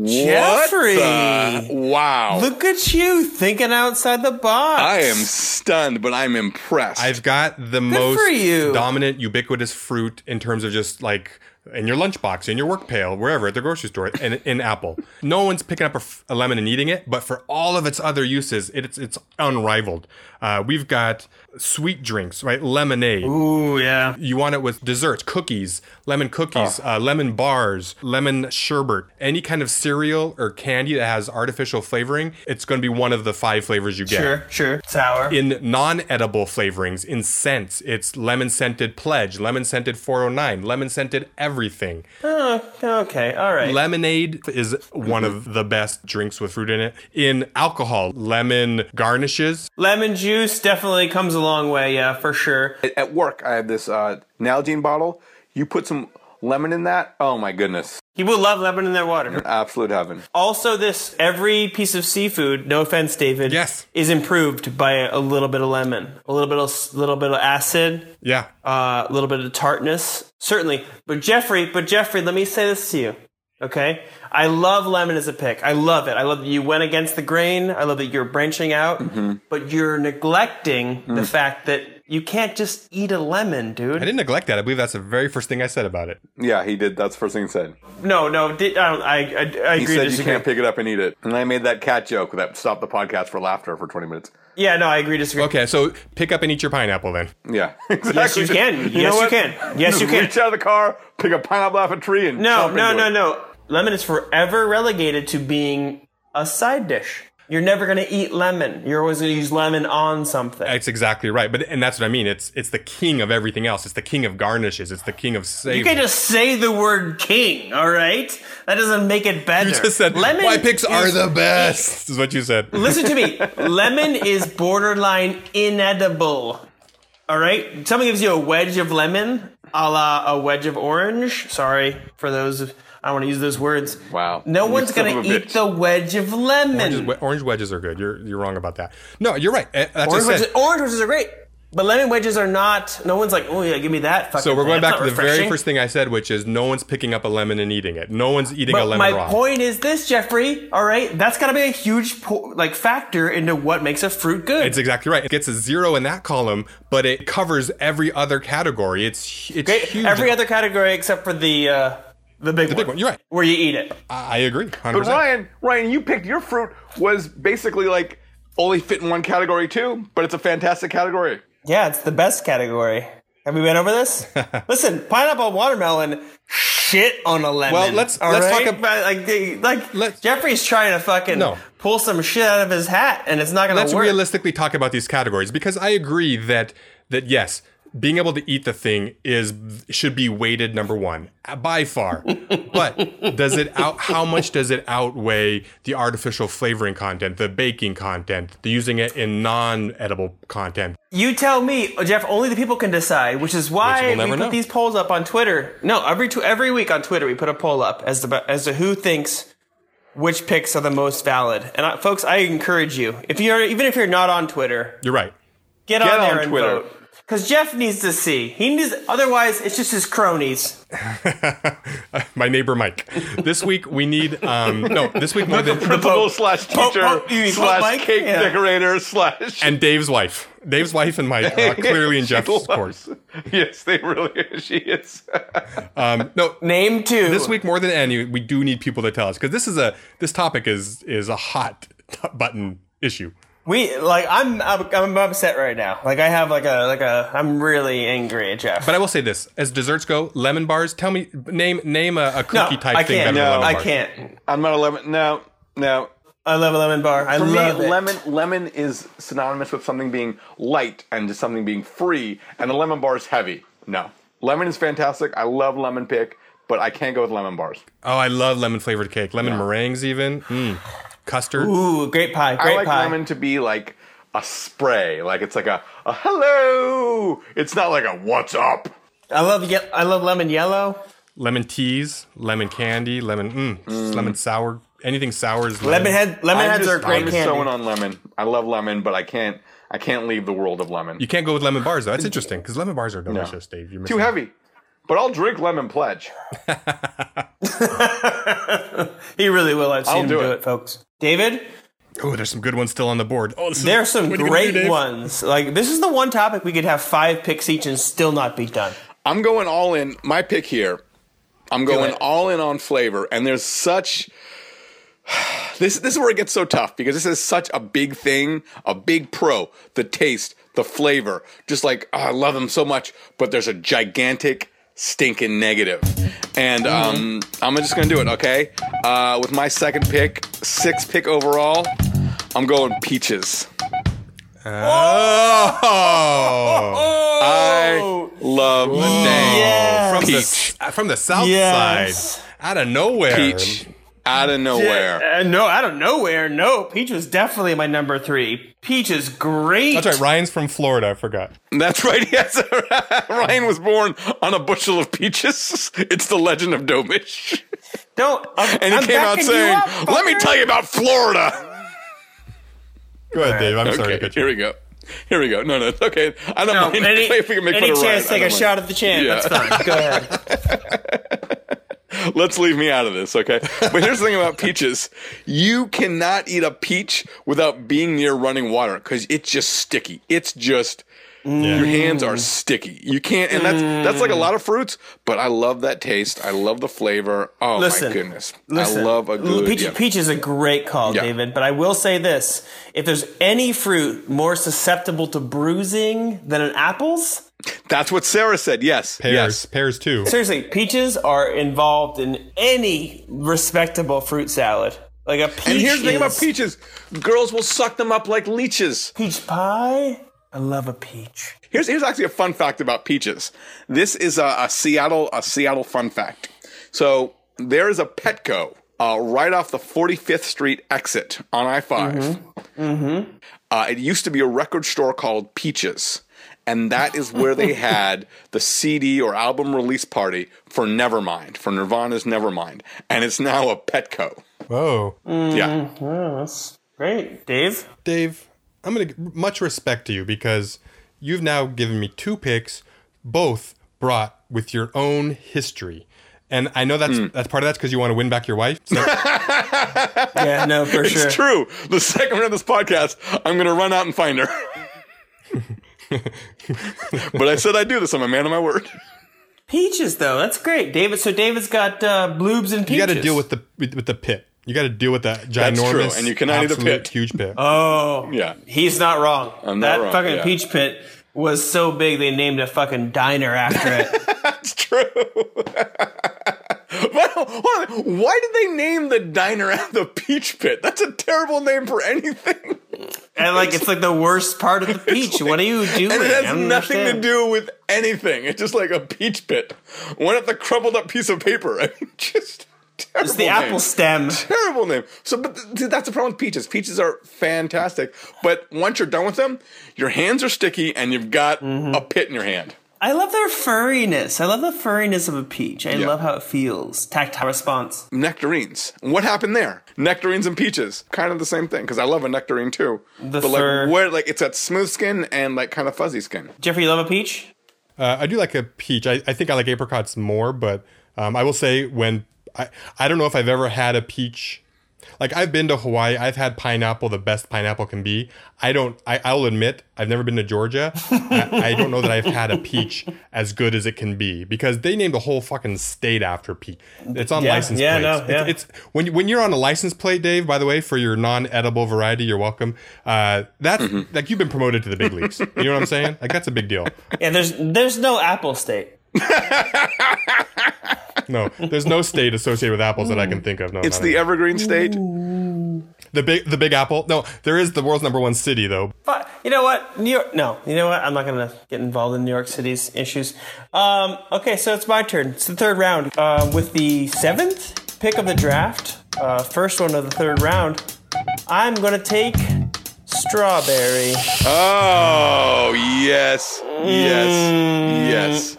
Jeffrey. What the- Wow. Look at you thinking outside the box. I am stunned, but I'm impressed. I've got the most for you. dominant ubiquitous fruit in terms of just like in your lunchbox, in your work pail, wherever at the grocery store, and in apple. No one's picking up a, f- a lemon and eating it, but for all of its other uses, it's it's unrivaled. Uh, we've got sweet drinks, right? Lemonade. Ooh, yeah. You want it with desserts, cookies, lemon cookies, Ah. uh, lemon bars, lemon sherbet, any kind of cereal or candy that has artificial flavoring. It's going to be one of the five flavors you get Sure, sure. Sour. in non-edible flavorings in scents it's lemon scented pledge lemon scented 409 lemon scented ever oh everything. Uh, Okay, all right. Lemonade is one of the best drinks with fruit in it. In alcohol, lemon garnishes. Lemon juice definitely comes a long way, yeah, for sure. At- At work, I have this uh, Nalgene bottle. You put some lemon in that. Oh my goodness, You will love lemon in their water. absolute heaven. Also, this every piece of seafood, no offense, David, Yes. is improved by a little bit of lemon, a little bit of little bit of acid, Yeah. uh, a little bit of tartness, certainly. But Jeffrey, but Jeffrey, let me say this to you, okay? I love lemon as a pick. I love it. I love that you went against the grain. I love that you're branching out, but you're neglecting the fact that you can't just eat a lemon, dude. I didn't neglect that. I believe that's the very first thing I said about it. Yeah, he did. That's the first thing he said. No, no, di- I, don't, I, I, I He agree. said you disagree. can't pick it up and eat it. And I made that cat joke that stopped the podcast for laughter for 20 minutes. yeah, no, I agree. Disagree. Okay, so pick up and eat your pineapple then. Yeah, (laughs) Yes, exactly. you can. know yes, you what? can. Yes, you can. Reach out of the car, pick a pineapple off a tree, and No, chomp no, into no, it. no. Lemon is forever relegated to being a side dish. You're never going to eat lemon. You're always going to use lemon on something. That's exactly right. But and that's what I mean. It's it's the king of everything else. It's the king of garnishes. It's the king of savor. you (laughs) can't just say the word king, all right? That doesn't make it better. You just said lemon my picks are is- the best. Is what you said. Listen to me. lemon is borderline inedible. All right? Someone gives you a wedge of lemon, a la a wedge of orange. Sorry for those, of, I don't want to use those words. Wow. No You one's son going of to a eat bitch. the wedge of lemon. Orange, we- orange wedges are good. You're you're wrong about that. No, you're right. Eh, That's what I Orange said. wedges, orange wedges are great, but lemon wedges are not. No one's like, oh yeah, give me that. Fucking So we're thing. going That's back to not the very refreshing." first thing I said, which is no one's picking up a lemon and eating it. No one's eating a But lemon my raw. point is this, Jeffrey. All right, that's got to be a huge po- like factor into what makes a fruit good. It's exactly right. It gets a zero in that column, but it covers every other category. It's hu- it's huge. Every other category except for the uh, the big big one. You're right. where you eat it. I I agree. 100%. But Ryan, Ryan, you picked your fruit was basically like only fit in one category too, but it's a fantastic category. Yeah, it's the best category. Have we been over (laughs) this? Listen, pineapple watermelon shit on a lemon. Well, let's- all let's talk right? ab- about like they- like Let's- Jeffrey's trying to fucking No. pull some shit out of his hat, and it's not gonna let's work. realistically talk about these categories because I agree that that yes, being able to eat the thing is should be weighted number one uh, by far. but does it out? How much does it outweigh the artificial flavoring content, the baking content, the using it in non-edible content? You tell me, Jeff. Only the people can decide, which is why Which we'll we never put know. these polls up on Twitter. No, every tw- every week on Twitter we put a poll up as to as to who thinks which picks are the most valid. And I, folks, I encourage you if you're even if you're not on Twitter, You're right. get, Get on there on and Twitter. vote. Because Jeff needs to see. He needs. Otherwise, it's just his cronies. My neighbor Mike. This week we need um no, this week more than Principal slash Pope- teacher Pope- you mean Pope slash Mike? cake Yeah. decorator slash. and Dave's wife. Dave's wife and Mike (laughs) are Uh, clearly in She Jeff's loves- course. Yes, they really. She is. Um no, Name two. this week more than any we do need people to tell us because this is a this topic is is a hot (laughs) t- button issue we like. I'm, I'm I'm upset right now. Like I have like a like a. I'm really angry at Jeff. but i will say this as desserts go lemon bars tell me name name a, a cookie no, type I thing better can't. than lemon I bars. can't. I'm not a lemon. No, no. I love a lemon bar. I For love me, it. lemon lemon is synonymous with something being light and just something being free, and a lemon bar is heavy. No, lemon is fantastic. I love lemon pick, but I can't go with lemon bars. oh i love lemon flavored cake lemon meringues even mm. custard Ooh, great pie. Great I like pie. lemon to be like a spray, like it's like a, a hello. It's not like a what's up. I love ye- I love lemon yellow. lemon teas lemon candy lemon mm, just lemon sour anything sour is lemon, Lemon head. Lemon I'm heads just, are great I'm candy. just sewing on lemon. I love lemon, but I can't. I can't leave the world of lemon. you can't go with lemon bars (laughs) though that's interesting because lemon bars are delicious dave you're Too heavy. But I'll drink lemon pledge. he really will. I've seen him do do it. it, folks. David, oh there's some good ones still on the board oh this is- there are some what you gonna do, great Dave? ones. Like this is the one topic we could have five picks each and still not be done. I'm going all in. My pick here. I'm going it. all in on flavor, and there's such. (sighs) This this is where it gets so tough because this is such a big thing, a big pro. The taste, the flavor, just like oh, I love them so much, but there's a gigantic stinking negative, and um, I'm just gonna do it. Okay, uh, with my second pick, sixth pick overall, I'm going Uh. peaches. (laughs) (laughs) oh I love the dang Yes. From the, Peach. s- uh, from the south Yes. side, out of nowhere. peach out of nowhere. Uh, no, out of nowhere. No, Peach was definitely my number three. Peach is great. That's right. Ryan's from Florida. I forgot. That's right. (laughs) Yes, Ryan was born on a bushel of peaches. (laughs) It's the legend of Domish, Don't. I'm, and he I'm came out backing you saying, up, "Let me fucker." tell you about Florida." Go ahead, Dave. I'm sorry. to Okay, cut you. here we go. Here we go. No, no, it's okay. I don't No, mind any, (laughs) if we can make any fun of Ryan. chance, I don't take a mind. shot at the chance. Yeah. That's fine. Go (laughs) ahead. Let's leave me out of this, okay? But here's the thing about peaches: you cannot eat a peach without being near running water because it's just sticky. It's just your hands are sticky. You can't, and that's that's like a lot of fruits. But I love that taste. I love the flavor. Oh Listen, my goodness, Listen, I love a good peach. yeah. Peach is a great call, Yeah. David. But I will say this: if there's any fruit more susceptible to bruising than an apple's, That's what Sarah said. Yes, Pears. yes. Pears too. Seriously, peaches are involved in any respectable fruit salad. Like a peach. And here's the thing about is- peaches: girls will suck them up like leeches. Peach pie. I love a peach. Here's here's actually a fun fact about peaches. This is a, a Seattle a Seattle fun fact. So there is a Petco uh, right off the 45th Street exit on I 5 Uh, it used to be a record store called Peaches, and that is where they had the CD or album release party for Nevermind for Nirvana's Nevermind, and it's now a Petco. Whoa. Yeah, Oh, that's great, Dave. Dave, I'm gonna much respect to you because you've now given me two picks, both brought with your own history, and I know Hmm. that's that's part of that's because you want to win back your wife. So Yeah, no, for (laughs) sure. it's true. The second round of this podcast, I'm gonna run out and find her. (laughs) but I said I do this. I'm a man of my word. Peaches, though, that's great, David. So David's got uh, bloobs and peaches. you got to deal with the with, with the pit. You got to deal with that ginormous, true, and you cannot eat a absolute pit. huge pit. Oh, Yeah. He's not wrong. I'm not that wrong, fucking yeah. peach pit was so big they named a fucking diner after (laughs) it. It's true. But hold on. Why did they name the diner at the Peach Pit? That's a terrible name for anything. and like it's like the worst (laughs) part of the peach. what are you doing? And it I has don't nothing understand. to do with anything. It's just like a Peach Pit. One at the crumpled up piece of paper. (laughs) I mean, just terrible. It's the name. apple stem. (laughs) terrible name. So, but th- th- that's the problem with peaches. Peaches are fantastic, but once you're done with them, your hands are sticky and you've got a pit in your hand. I love their furriness. I love the furriness of a peach. I love how it feels. Tactile response. Nectarines. What happened there? Nectarines and peaches, kind of the same thing. Because I love a nectarine too. The but fur. like where, like it's that smooth skin and like kind of fuzzy skin. Jeffrey, you love a peach? Uh, I do like a peach. I, I think I like apricots more, but um, I will say when I, I don't know if I've ever had a peach. Like I've been to Hawaii, I've had pineapple, the best pineapple can be. I don't. I, I'll admit, I've never been to Georgia. I, I don't know that I've had a peach as good as it can be because they named the whole fucking state after peach. It's on Yeah, license yeah, no, plates. It's- yeah. it's, when you- when you're on a license plate, Dave. By the way, for your non-edible variety, you're welcome. Uh, that's like you've been promoted to the big leagues. you know what I'm saying? Like that's a big deal. Yeah, there's there's no apple state. No, there's no state associated with apples that I Mm. can think of. No, It's not the any. evergreen state. e- the big the Big Apple. No, there is the world's number one city though. But you know what? New York no, you know what? I'm not gonna get involved in New York City's issues. Um, okay, so it's my turn. It's the third round. Uh, with the seventh pick of the draft, uh, first one of the third round, I'm gonna take strawberry. Oh yes, yes, yes, yes,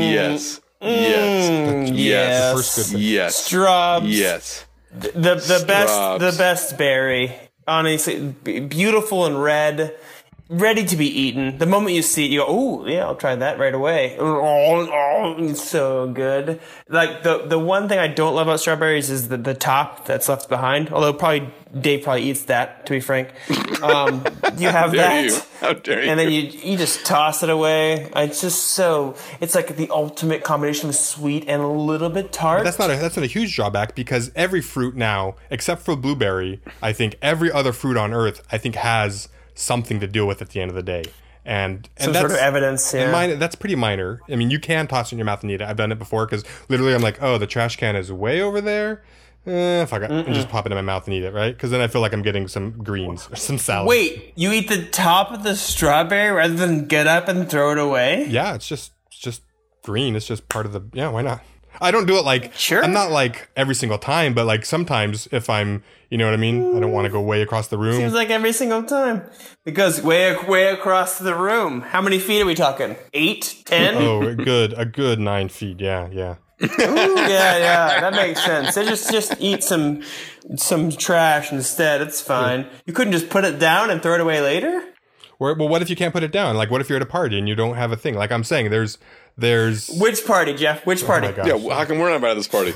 yes, yes, yes. yes, First good thing. yes, Shrubs. yes. the the best Scrubs. the best berry honestly b- beautiful and red ready to be eaten the moment you see it you go oh yeah i'll try that right away oh, oh, it's so good like the the one thing i don't love about strawberries is the, the top that's left behind although probably dave probably eats that to be frank um, you have Dare that you? How dare you? and then you you just toss it away it's just so it's like the ultimate combination of sweet and a little bit tart That's not a that's not a huge drawback because every fruit now, except for blueberry, I think every other fruit on earth, I think has something to deal with at the end of the day. And and some that's sort of evidence yeah. and mine- that's pretty minor. I mean, you can toss it in your mouth and eat it. I've done it before because literally, I'm like, oh, the trash can is way over there. eh, fuck it, and just pop it in my mouth and eat it, right? Because then I feel like I'm getting some greens or some salad. Wait, you eat the top of the strawberry rather than get up and throw it away? Yeah, it's just it's just green. It's just part of the yeah. Why not? I don't do it like Sure. I'm not like every single time, but like sometimes if I'm, you know what I mean. I don't want to go way across the room. Seems like (laughs) every single time. It goes way, way across the room. How many feet are we talking? Eight? Ten? oh, a good a good nine feet. Yeah, yeah. (laughs) yeah, yeah, that makes sense. They just just eat some some trash instead. It's fine. You couldn't just put it down and throw it away later. Or, well, what if you can't put it down? Like, what if you're at a party and you don't have a thing? Like I'm saying, there's there's Which party, Jeff? Which party? Oh my God. Yeah, well, how come we're not invited to this party?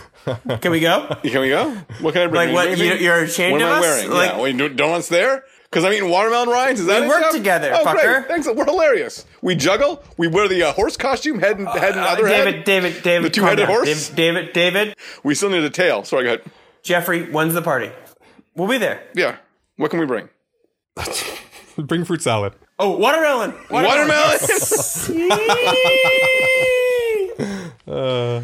Can we (laughs) go? Can we go? What can I bring? Like what? You, Anything? you're ashamed What am of I us? wearing? Like yeah, wait, no- no one's there? Because I'm eating watermelon rinds? Is that We it, work Jeff? together, oh, fucker. Great. Thanks. We're hilarious. We juggle. We wear the uh, horse costume, head and, head and uh, other David, head. David, David, The calm two-headed down. horse? David, David, David, We still need a tail. Sorry, go ahead. Jeffrey. When's the party? We'll be there. Yeah. What can we bring? (laughs) bring fruit salad. Oh, watermelon. Watermelon.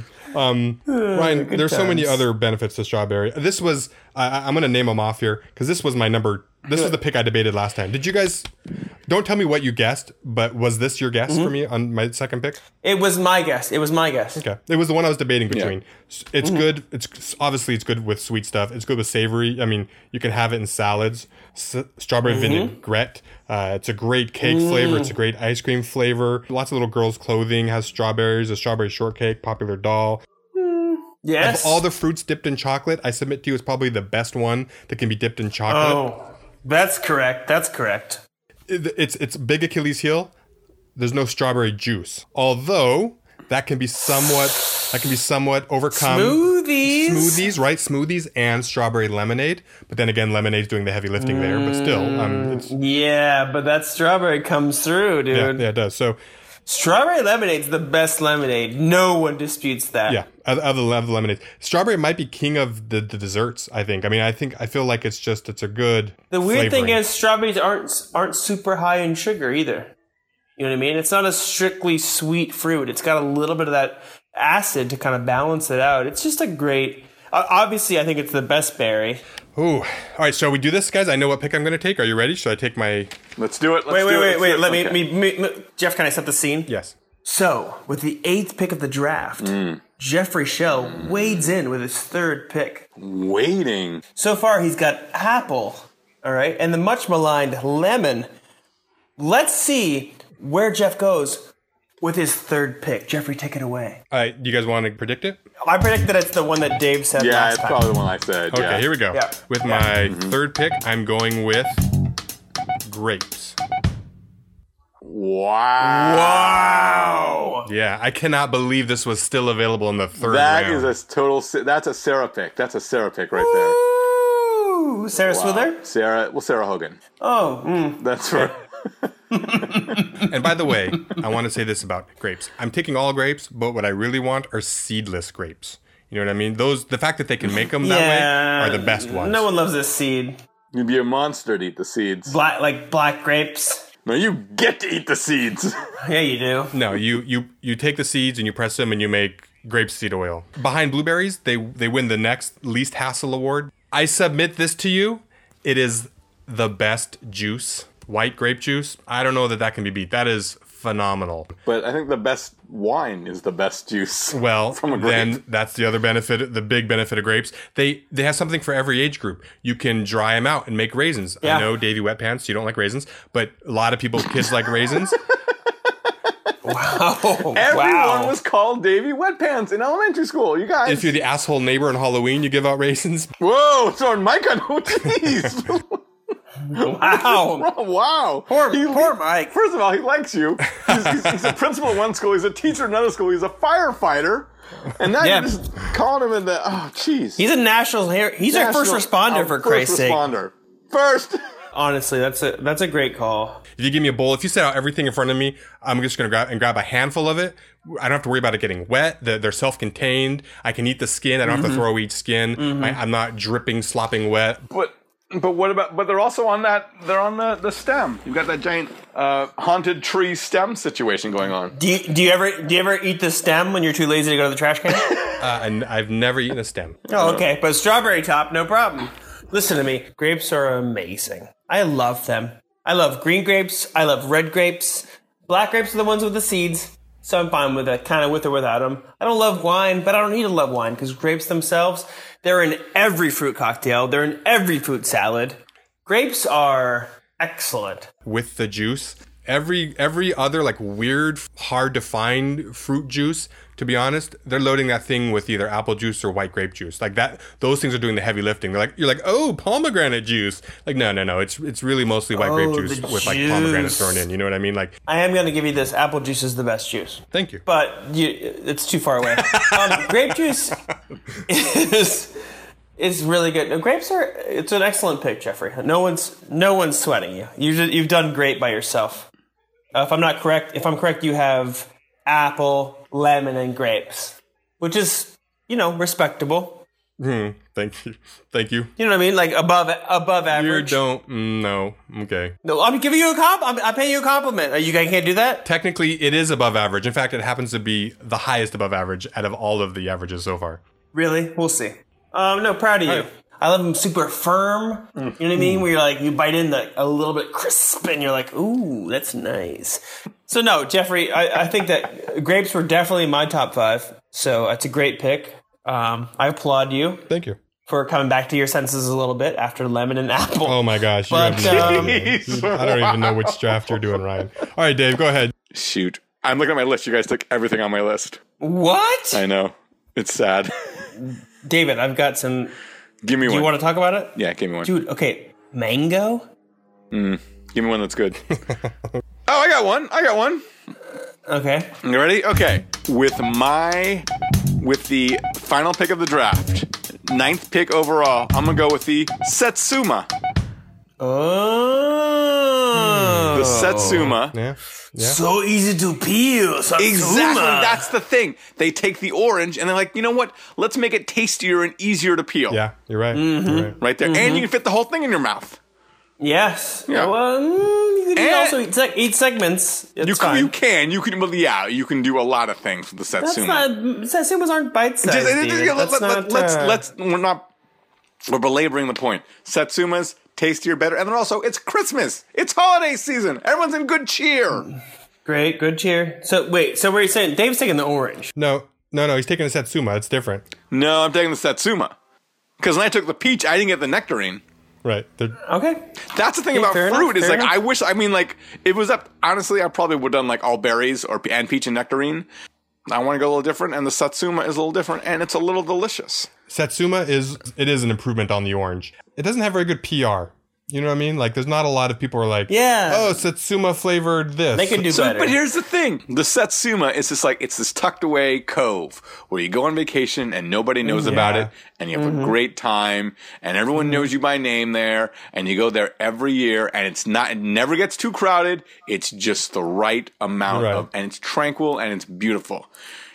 (laughs) Um, Ryan, there's so many other benefits to strawberry. This was I, I- I'm going to name them off here because this was my number. This was the pick I debated last time. Did you guys? Don't tell me what you guessed, but was this your guess for me on my second pick? It was my guess. It was my guess. Okay, it was the one I was debating between. S- It's good. It's obviously it's good with sweet stuff. It's good with savory. I mean, you can have it in salads. S- strawberry vinaigrette. Uh, it's a great cake flavor. It's a great ice cream flavor. Lots of little girls' clothing has strawberries. A strawberry shortcake, popular doll. Yes. Of all the fruits dipped in chocolate, I submit to you is probably the best one that can be dipped in chocolate. oh, that's correct. That's correct. It- It's it's big Achilles heel. There's no strawberry juice, although that can be somewhat that can be somewhat overcome. Smoothies. Smoothies, right? Smoothies and strawberry lemonade. But then again, lemonade's doing the heavy lifting there. But still, um, Mm, it's, Yeah, but that strawberry comes through, dude. yeah, yeah, it does. So Strawberry lemonade's the best lemonade. No one disputes that. Yeah, other other than the lemonade, strawberry might be king of the, the desserts. I think. I mean, I think I feel like it's just it's a good. The weird flavoring. thing is strawberries aren't aren't super high in sugar either. You know what I mean? It's not a strictly sweet fruit. It's got a little bit of that acid to kind of balance it out. It's just a great. o- Obviously, I think it's the best berry. Ooh. All right, shall we do this, guys? I know what pick I'm going to take. Are you ready? Should I take my. Let's do it. Let's Wait, wait, do it, wait, let's do wait. it. Let me, Okay. me, me, me- Jeff. Can I set the scene? Yes. So, with the eighth pick of the draft, Mm. Jeffrey Shell wades in with his third pick. Waiting. So far, he's got apple, all right, and the much maligned lemon. Let's see where Jeff goes with his third pick. Jeffrey, take it away. All right, you guys want to predict it? I predict that it's the one that Dave said Yeah, last it's time. probably the one I said. Okay, yeah. here we go. Yeah. Mm-hmm. With my third pick, I'm going with grapes. Wow. Yeah, I cannot believe this was still available in the third That round. is a total. se- That's a Sarah pick. That's a Sarah pick right there. Ooh, Sarah Swither. Sarah, well, Sarah Hogan. Oh, mm. That's right. And by the way, I want to say this about grapes. I'm taking all grapes, but what I really want are seedless grapes. You know what I mean? Those the fact that they can make them yeah. that way are the best ones. No one loves this seed. You'd be a monster to eat the seeds. Black, like black grapes. No, you get to eat the seeds. (laughs) Yeah, you (laughs) do. No, you you you take the seeds and you press them and you make grapeseed oil. Behind blueberries, they they win the next least hassle award. I submit this to you. It is the best juice, white grape juice. I don't know that that can be beat. That is phenomenal. But I think the best wine is the best juice. Well, (laughs) from a grape. then that's the other benefit, the big benefit of grapes. They they have something for every age group. You can dry them out and make raisins. Yeah. I know, Davy Wet Pants, you don't like raisins, but a lot of people, kids (laughs) like raisins. Oh, everyone wow. was called Davy Wet Pants in elementary school. You guys. If you're the asshole neighbor on Halloween, you give out raisins. Whoa, throwing Mike on. (laughs) Oh, (laughs) jeez. wow. wow. Poor, poor Mike. First of all, he likes you. He's, he's, (laughs) he's a principal at one school. He's a teacher at another school. He's a firefighter. And now Yeah. you just called him in the. Oh, jeez. He's a national hero. He's our first responder, for Christ's first sake. responder. First. (laughs) Honestly, that's a that's a great call. If you give me a bowl, if you set out everything in front of me, I'm just gonna grab and grab a handful of it. I don't have to worry about it getting wet. They're, they're Mm-hmm. self-contained. I can eat the skin. I don't have to throw each skin. I, I'm not dripping, slopping wet. But But what about? But they're also on that. They're on the the stem. You've got that giant uh, haunted tree stem situation going on. Do you, do you ever do you ever eat the stem when you're too lazy to go to the trash can? (laughs) Uh, and I've never eaten a stem. oh, okay. But strawberry top, no problem. Listen to me. Grapes are amazing. I love them. I love green grapes. I love red grapes. Black grapes are the ones with the seeds, so I'm fine with that, kind of with or without them. I don't love wine, but I don't need to love wine because grapes themselves, they're in every fruit cocktail. They're in every fruit salad. Grapes are excellent. with the juice. Every every other like weird, hard to find fruit juice. To be honest, they're loading that thing with either apple juice or white grape juice. Like that, those things are doing the heavy lifting. They're like you're like oh pomegranate juice. Like no no no, it's it's really mostly white grape Oh, juice the with like pomegranate juice. thrown in. You know what I mean? Like I am going to give you this. Apple juice is the best juice. thank you. but you, it's too far away. Um, grape juice is is really good. No, grapes are. It's an excellent pick, Jeffrey. No one's no one's sweating you. You ju- you've done great by yourself. Uh, if I'm not correct, if I'm correct, you have apple, lemon, and grapes, which is you know respectable. Hmm, thank you, (laughs) thank you. You know what I mean? Like above above You average. don't mm, no okay. No, I'm giving you a comp. I'm, I'm paying you a compliment. Are you guys can't do that. Technically, it is above average. In fact, it happens to be the highest above average out of all of the averages so far. Really? We'll see. Um, no, proud of you. I love them super firm. You know what I mean? Where you're like, you bite in like a little bit crisp and you're like, ooh, that's nice. So, no, Jeffrey, I, I think that grapes were definitely my top five. So, that's a great pick. Um, I applaud you Thank you. for coming back to your senses a little bit after lemon and (laughs) apple. Oh my gosh, you But, have no um, (laughs) idea. I don't even know which draft you're doing, Ryan. All right, Dave, go ahead. Shoot. I'm looking at my list. You guys took everything on my list. What? I know. It's sad. (laughs) David, I've got some. give me Do one. you want to talk about it? yeah, give me one. Dude, okay. Mango? Give me one that's (laughs) good. oh, I got one. I got one. Okay. You ready? Okay. With my with the final pick of the draft, ninth pick overall, I'm gonna go with the Setsuma. Oh. The Setsuma. Yeah. Yeah. So easy to peel. Satsuma. Exactly. That's the thing. They take the orange and they're like, you know what? Let's make it tastier and easier to peel. Yeah, you're right. You're Mm-hmm. right. Right there. And you can fit the whole thing in your mouth. yes. Yeah. Well, mm, you can And- also eat, seg- eat segments. It's You can, fine. you can. You can well, yeah, you can do a lot of things with the Setsuma. that's not. Satsumas aren't bite sized. Just- it- it- let, That's not. us uh, let's we're not we're belaboring the point. Satsumas tastier, better, and then also it's Christmas. It's holiday season. Everyone's in good cheer. Great. Good cheer. So wait. So what are you saying? Dave's taking the orange. No, no, no. He's taking a Satsuma. It's different. No, I'm taking the Satsuma because when I took the peach, I didn't get the nectarine. Right. They're- Okay. That's the thing about fair enough, fruit is fair like enough. I wish. I mean, like if it was up, honestly, I probably would have done like all berries or and peach and nectarine. I want to go a little different, and the Satsuma is a little different, and it's a little delicious. Satsuma is it is an improvement on the orange. It doesn't have very good PR. You know what I mean? Like, there's not a lot of people who are like, Yeah. oh, Satsuma flavored this. They can do So, better. but here's the thing: the Satsuma is this like it's this tucked away cove where you go on vacation and nobody knows Mm, about it, and you have Mm-hmm. a great time, and everyone knows you by name there, and you go there every year, and it's not, it never gets too crowded. It's just the right amount Right. of, and it's tranquil and it's beautiful.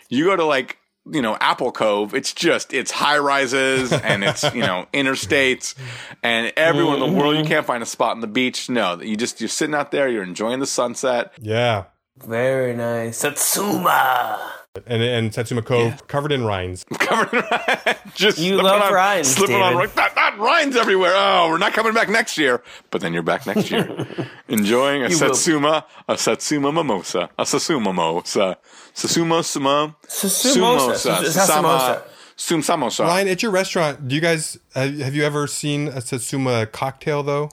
You go to like you know Apple Cove, it's just it's high (laughs) rises and it's you know interstates, and everyone in the world Mm-hmm. you can't find a spot on the beach. No, you just you're sitting out there, you're enjoying the sunset. Yeah. Very nice. Satsuma. And and Satsuma Cove covered in rinds. covered in (laughs) rind. Just You slipping love on, rinds, Slipping on David. rind. Not, not rinds everywhere. Oh, we're not coming back next year. But then you're back next (laughs) year, enjoying a will. satsuma, a satsuma mimosa, a sasuma mimosa, sasuma sama, Sumosa. Sasamosa. sum samosa. Ryan, at your restaurant, do you guys have, have you ever seen a Satsuma cocktail though?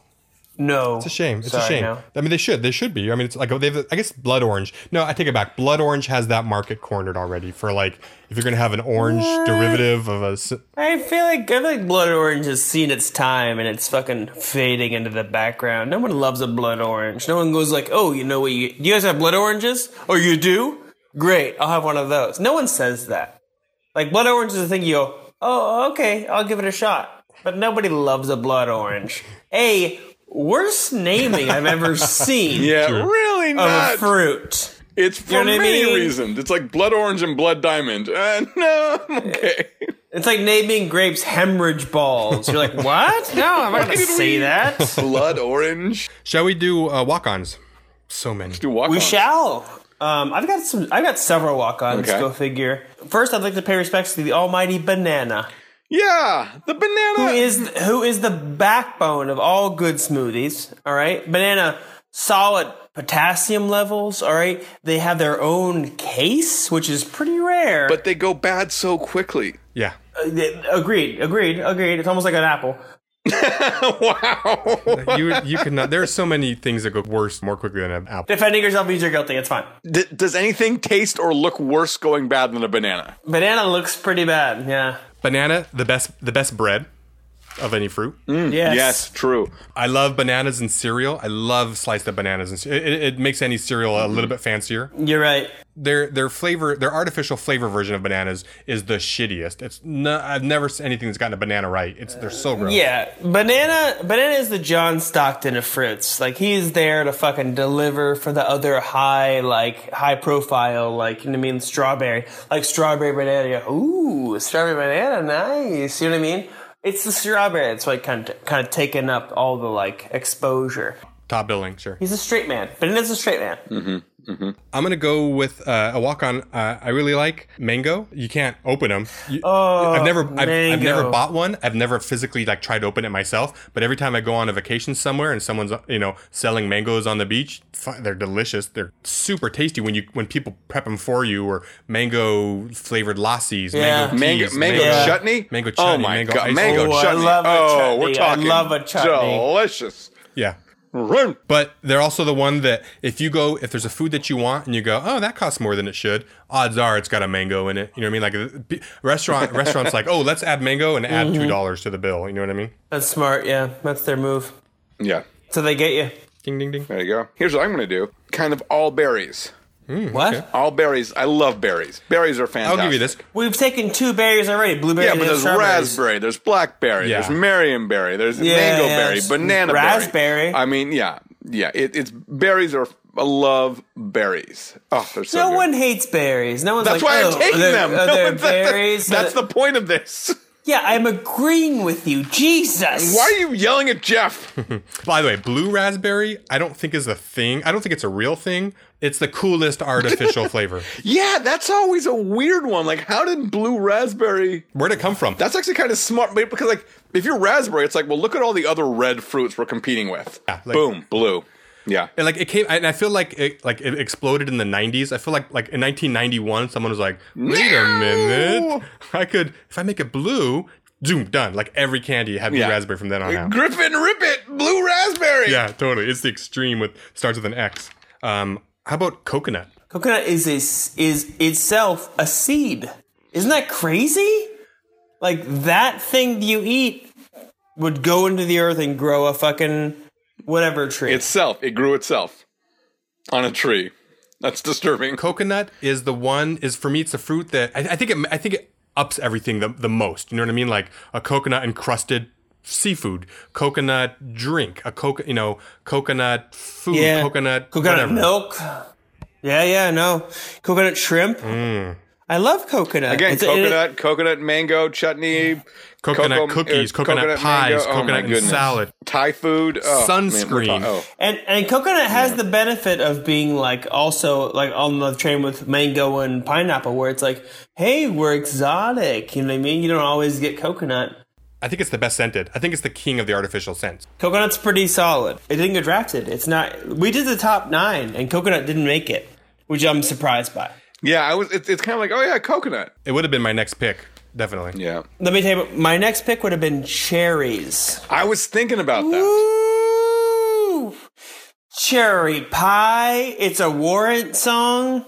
No. It's a shame. It's a Sorry, shame. no. I mean, they should. They should be. I mean, it's like oh, they've. I guess blood orange. No, I take it back. Blood orange has that market cornered already. For like, if you're gonna have an orange derivative of a, s- I feel like I feel like Blood Orange has seen its time and it's fucking fading into the background. No one loves a Blood Orange. No one goes like, "Oh, you know what? You, do you guys have Blood Oranges? Or you do? Great, I'll have one of those." No one says that. Like Blood Orange is a thing you go, "Oh, okay, I'll give it a shot." But nobody loves a Blood Orange. A worst naming I've ever seen yeah, really of a not. fruit. it's for know what I many mean? (laughs) reasons. It's like blood orange and blood diamond. Uh, no, I'm okay. It's like naming grapes hemorrhage balls. You're like, what? No, I'm not going to say that. Blood orange. Shall we do uh, walk-ons? So many. Do walk We shall. Um, I've got some. I've got several walk-ons. Okay. Go figure. First, I'd like to pay respects to the almighty banana, Yeah, the who banana. is who is the backbone of all good smoothies. All right, banana, solid potassium levels. All right, they have their own case, which is pretty rare. Uh, But they go bad so quickly. Yeah. agreed, agreed, agreed. It's almost like an apple. (laughs) wow. You you could not. There are so many things that go worse more quickly than an apple. Defending yourself means you're guilty. It's fine. D- does anything taste or look worse going bad than a banana? Banana looks pretty bad. Yeah. Banana, the best the best bread of any fruit. Yes. Hmm. Yes, true. I love bananas in cereal. I love sliced up bananas. And ce- it, it it makes any cereal a little bit fancier. You're right. Their their flavor, their artificial flavor version of bananas is the shittiest. It's no, I've never seen anything that's gotten a banana right. It's they're so gross. Yeah, banana. Banana is the John Stockton of fruits. Like he's there to fucking deliver for the other high, like high profile, like you know what I mean. Strawberry, like strawberry banana. You're, Ooh, strawberry banana, nice. You know what I mean? It's the strawberry. It's like kind of kind of taking up all the like exposure. Top billing, sure. He's a straight man. Banana's a straight man. Hmm. I'm gonna go with uh, a walk on. Uh, I really like mango. You can't open them. Oh, I've never, I've, I've never mango. bought one. I've never physically like tried to open it myself. But every time I go on a vacation somewhere and someone's you know selling mangoes on the beach, fi- they're delicious. They're super tasty when you when people prep them for you or mango flavored lassis, Yeah. mango, Mango, teas, mango Yeah. chutney. mango Oh chutney, my mango god, ice mango cream. Oh, I chutney. love a oh, chutney. we're I talking love a chutney. delicious. yeah. Run. But they're also the one that if you go, if there's a food that you want and you go, oh, that costs more than it should, odds are it's got a mango in it. You know what I mean? Like b- restaurant, restaurants like, oh, let's add mango and add two dollars to the bill. You know what I mean? That's smart. Yeah, that's their move. Yeah, So they get you. Ding ding ding. there you go. Here's what I'm going to do. Kind of all berries. Hmm, What? All berries. I love berries. Berries are I'll fantastic. give you this. We've taken two berries already. Blueberry. Yeah, but and there's strawberries. raspberry, there's blackberry, Yeah. there's marionberry, there's Yeah, mango yeah, berry, it's banana raspberry. Berry. I mean, yeah, yeah. It, it's berries are. I love berries. Oh, they're so No good. one hates berries. No one's That's like, why "Oh, I'm taking are there- them. (laughs) Are No, there that- that- berries? that's the point of (laughs) this. yeah. I'm agreeing with you, Jesus. Why are you yelling at Jeff? By the way, blue raspberry, I don't think is a thing. I don't think it's a real thing. It's the coolest artificial flavor. yeah, that's always a weird one. Like, how did blue raspberry? Where'd it come from? That's actually kind of smart but- because, like, if you're raspberry, it's like, well, look at all the other red fruits we're competing with. Yeah, like- Boom, blue. Yeah. And like it came, and I feel like it like it exploded in the '90s. I feel like like in 1991, someone was like, "Wait a No! minute, I could if I make it blue, zoom done." Like every candy had Yeah. raspberry from then on out. Griffin Ribbit, blue raspberry. Yeah, totally. It's the extreme with starts with an X. Um, how about coconut? Coconut is a s is itself a seed. Isn't that crazy? Like that thing you eat would go into the earth and grow a fucking whatever tree. itself. It grew itself on a tree. That's disturbing. Coconut is the one is for me. It's the fruit that I, I think it I think it ups everything the the most. You know what I mean? Like a coconut encrusted seafood, coconut drink, a coconut you know coconut food, yeah. coconut coconut whatever. milk. Yeah, yeah, no. Coconut shrimp. I love coconut. Mm. Again, It's- it- coconut, coconut mango chutney, coconut cocoa- cookies, uh, coconut, pies, mango. Oh, my coconut and goodness. salad. Thai food, oh, Sunscreen. man, we're ta- And and coconut has the benefit of being like also like on the train with mango and pineapple, where it's like, hey, we're exotic. You know what I mean? You don't always get coconut. I think it's the best scented. I think it's the king of the artificial scents. Coconut's pretty solid. It didn't get drafted. It's not. We did the top nine, and coconut didn't make it, which I'm surprised by. yeah, I was. It's, it's kind of like, oh yeah, coconut. It would have been my next pick, definitely. Yeah, Let me tell you, my next pick would have been cherries. I was thinking about that. Ooh, cherry pie. It's a warrant song.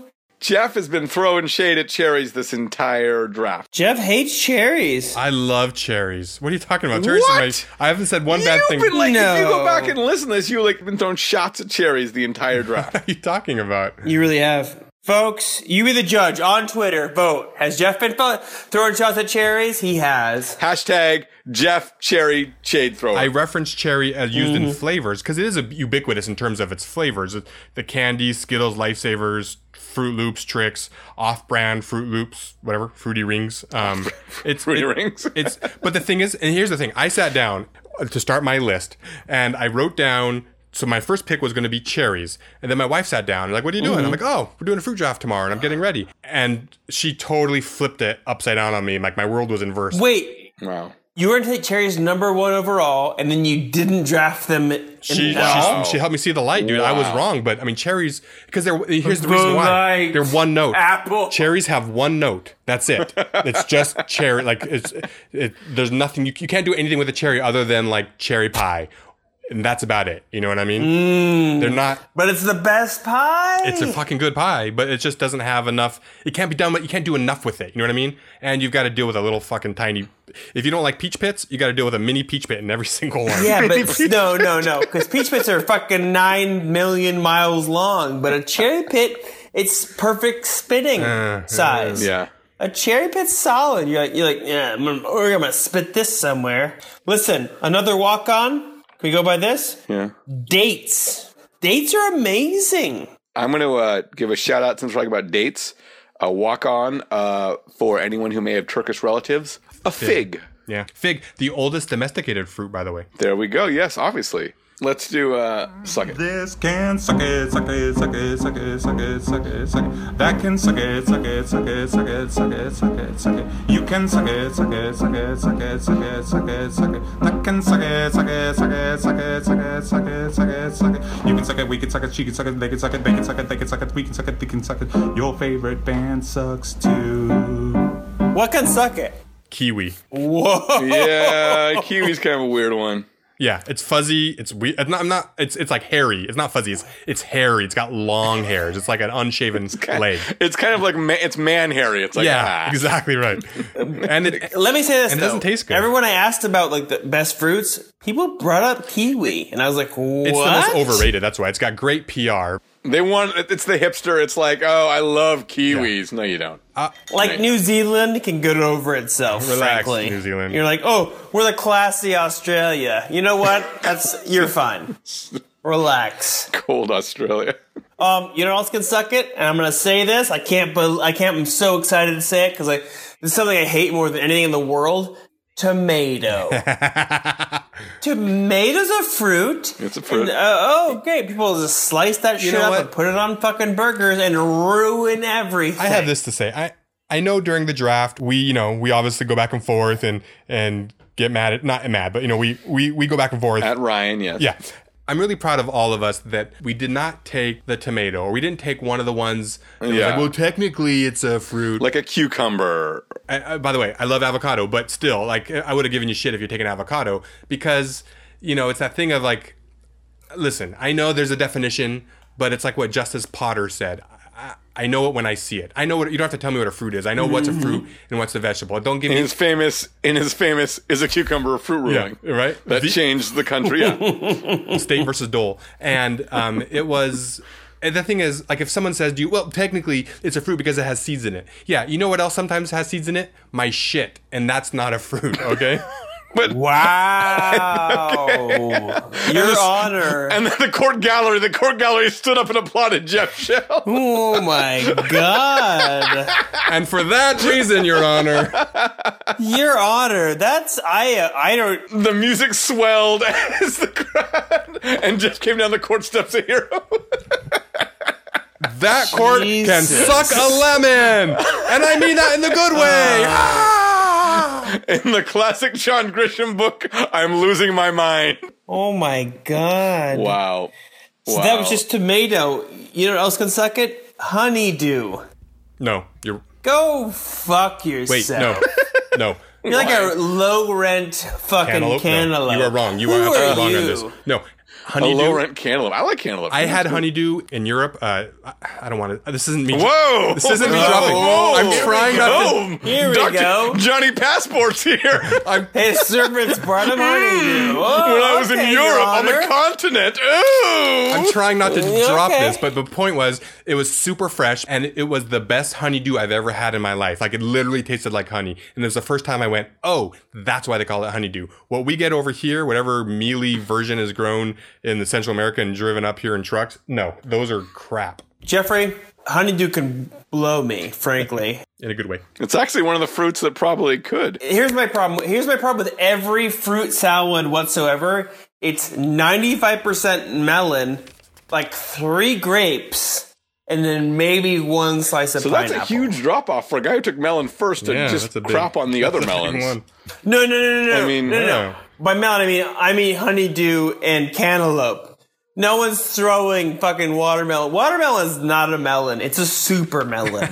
Jeff has been throwing shade at cherries this entire draft. Jeff hates cherries. I love cherries. What are you talking about? Cherries are What? my. I haven't said one bad thing. You've been (laughs) like, if you go No. (laughs) back and listen to this, you've like been throwing shots at cherries the entire draft. what are you talking about? You really have. Folks, you be the judge on Twitter. Vote. Has Jeff been fu- throwing shots at cherries? He has. Hashtag Jeff Cherry Shade Thrower. I referenced cherry as used Mm-hmm. in flavors because it is a, ubiquitous in terms of its flavors. It- The candies, Skittles, Lifesavers, Fruit Loops, Tricks, off-brand Fruit Loops, whatever, Fruity Rings. Um, it's (laughs) Fruity it- Rings. it's but the thing is, and here's the thing: I sat down uh, to start my list, and I wrote down. So my first pick was going to be cherries, and then my wife sat down and like, "What are you doing?" I'm like, Mm-hmm. "Oh, we're doing a fruit draft tomorrow, and I'm getting ready." And she totally flipped it upside down on me. Like my world was inverse. Wait, wow. you were going to take cherries number one overall, and then you didn't draft them. In She, Wow. she she helped me see the light, dude. I was Wow. wrong, but I mean cherries because they're here's the reason why Right. they're one note. Apple. cherries have one note. That's it. it's just cherry. Like it's it, there's nothing you you can't do anything with a cherry other than like cherry pie, and that's about it. You know what I mean? They're not. but it's the best pie. It's a fucking good pie, but it just doesn't have enough. It can't be done. You can't do enough with it. You know what I mean? And you've got to deal with a little fucking tiny. If you don't like peach pits, you got to deal with a mini peach pit in every (laughs) single one. yeah, but it's- no, no, no, because peach pits are fucking nine million miles long, but a cherry pit, it's perfect spitting Uh, size. Yeah. A cherry pit's solid. You're like, you're like, yeah, I'm gonna, or I'm gonna spit this somewhere. Listen, another walk on. Can we go by this? Yeah. Dates. Dates are amazing. I'm going to uh, give a shout out since we're talking about dates. A walk on uh, for anyone who may have Turkish relatives. A fig. yeah. Fig, the oldest domesticated fruit, by the way. There we go. Yes, obviously. Let's do uh, suck it. This can suck it, suck it, suck it, suck it, suck it, suck it, suck it. That can suck it, suck it, suck it, suck it, suck it, suck it, suck it. You can suck it, suck it, suck it, suck it, suck it, suck it, suck it. That can suck it, suck it, suck it, suck it, suck it, suck it, suck it, suck it. You can suck it, we can suck it, she can suck it, they can suck it, they can suck it, they can suck it, we can suck it, they can suck it. Your favorite band sucks too. What can suck it? Kiwi. Whoa. Yeah, (laughs) kiwi's kind of a weird one. Yeah, it's fuzzy. It's weird. I'm not. I'm not- it's it's like hairy. It's not fuzzy. It's it's hairy. It's got long hairs. It's like an unshaven (laughs) leg. It's kind of like ma- it's man hairy. It's like Yeah, ah. exactly right. And it, Let me say this. And it doesn't though. taste good. Everyone I asked about like the best fruits, people brought up kiwi, and I was like, what? it's the most overrated. That's why it's got great PR. They want it's the hipster. It's like oh, I love kiwis. No, you don't. Uh, Like New Zealand can get over itself. Relax, frankly. New Zealand. You're like, oh, we're the classy Australia. You know what? That's you're fine. Relax. Cold Australia. (laughs) Um, you know what else can suck it? And I'm gonna say this. I can't. Bel- I can't. I'm so excited to say it because I this is something I hate more than anything in the world. (laughs) Tomato. Tomato's a fruit. It's a fruit. And, uh, oh, great! People just slice that shit know up what? and put it on fucking burgers and ruin everything. I have this to say. I I know during the draft we you know we obviously go back and forth and and get mad at not mad but you know we we we go back and forth At Ryan, yes. Yeah. I'm really proud of all of us that we did not take the tomato or we didn't take one of the ones that was Yeah. like, well, technically it's a fruit. Like a cucumber. I, I- by the way, I love avocado, but still, like, I would have given you shit if you're taking avocado because, you know, it's that thing of like, listen, I know there's a definition, but it's like what Justice Potter said. I, I know it when I see it. I know what, you don't have to tell me what a fruit is. I know what's a fruit Mm-hmm. and what's a vegetable. Don't give In me his famous, in his famous, is a cucumber a fruit ruling? Yeah, right? That The- changed the country. (laughs) Yeah. State versus Dole, and um, it was. and The thing is, like, if someone says to you, "Well, technically, it's a fruit because it has seeds in it." Yeah, you know what else sometimes has seeds in it? My shit, and that's not a fruit. (laughs) Okay, Wow. Your honor. and then the court gallery, the court gallery stood up and applauded Jeff Shell. oh my (laughs) god. and for that reason, Your Honor, Your honor. That's I uh, I don't The music swelled (laughs) as the crowd, and Jeff came down the court steps a hero. that court can Jesus. suck a lemon, and I mean that in the good way. Uh, Ah! In the classic John Grisham book, I'm losing my mind. Oh my god. Wow. So that was just tomato. You know what else can suck it? Honeydew. (gasps) No, you're Go fuck wait. yourself. No, no. You're like a low rent fucking Cantaloupe. cantaloupe. No, you are wrong. You are Who absolutely wrong on you? this. No, A honeydew. low rent cantaloupe. I like cantaloupe. I had honeydew in Europe. Uh, I- I don't want to. This isn't me. Whoa! This isn't me Whoa. dropping. Whoa. I'm trying not to. Oh, Here we Dr. go. Johnny Passport's here. I'm, Hey, serpents brought him honeydew. Oh, when I was okay, in Your Europe on Honor. the continent. Ooh! I'm trying not to Yeah, drop okay. this, but the point was, it was super fresh and it was the best honeydew I've ever had in my life. Like it literally tasted like honey. And it was the first time I went, oh, that's why they call it honeydew. What we get over here, whatever mealy version is grown in the Central America and driven up here in trucks, no, those are crap Jeffrey, honeydew can blow me, frankly. in a good way. it's actually one of the fruits that probably could. Here's my problem. Here's my problem with every fruit salad whatsoever. It's 95% melon, like three grapes, and then maybe one slice of So that's pineapple. a huge drop off for a guy who took melon first to Yeah, just that's a big- crap on the (laughs) that's other a big melons. one. No, no, no, no, no. I mean, no, no, yeah. no. By melon, I mean I mean honeydew and cantaloupe. No one's throwing fucking watermelon. Watermelon's not a melon. It's a (laughs) super melon.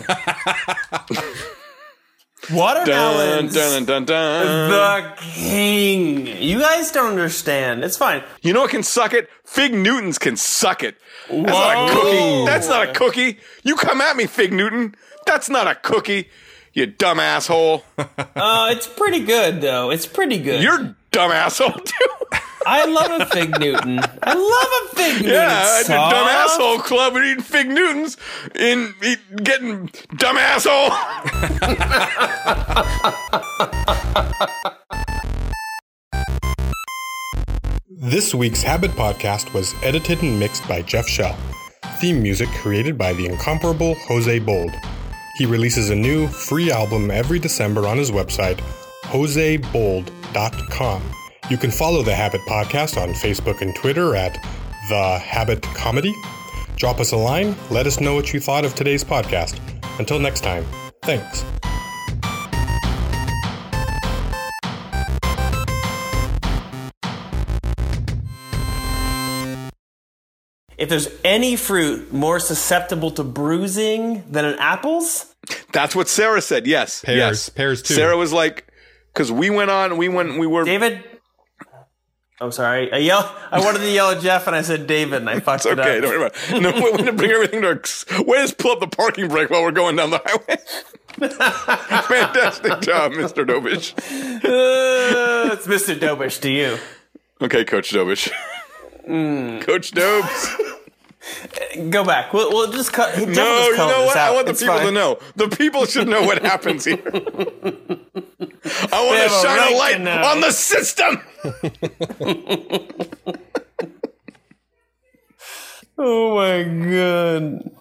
Dun, Watermelon's dun, dun, dun. the king. You guys don't understand. It's fine. You know what can suck it? Fig Newtons can suck it. That's not a cookie. That's not a cookie. You come at me, Fig Newton. That's not a cookie. You dumb asshole. Uh, it's pretty good though. It's pretty good. You're dumb asshole (laughs) too. I love a fig Newton. I love a fig (laughs) Newton. Yeah, at It's the dumb soft. asshole club, we're eating fig Newtons and eat, getting dumb asshole. (laughs) This week's Habit Podcast was edited and mixed by Jeff Shell. Theme music created by the incomparable Jose Bold. He releases a new free album every December on his website, josebold.com. You can follow The Habit Podcast on Facebook and Twitter at The Habit Comedy. Drop us a line, let us know what you thought of today's podcast. Until next time, thanks. If there's any fruit more susceptible to bruising than an apple's, That's what Sarah said. Yes, Pears. yes. Pears, too. Sarah was like, because we went on, we went, we were. David. I'm sorry. I yell. I wanted to yell at Jeff, and I said (laughs) David, and I fucked it up. Okay, don't worry about it. No, we're going to bring everything to. a s- Way to pull up the parking brake while we're going down the highway. (laughs) Fantastic job, Mr. Dobish. Uh, (laughs) it's Mr. Dobish to you. Okay, Coach Dobish. Hmm. Coach Dobes. Go back. We'll, we'll just cut. Jeff No, was you calling know this what? Out. I want the It's people to fine. know. The people should know what happens (laughs) here. I want to have a right shine to a light know. on the system. Oh my god.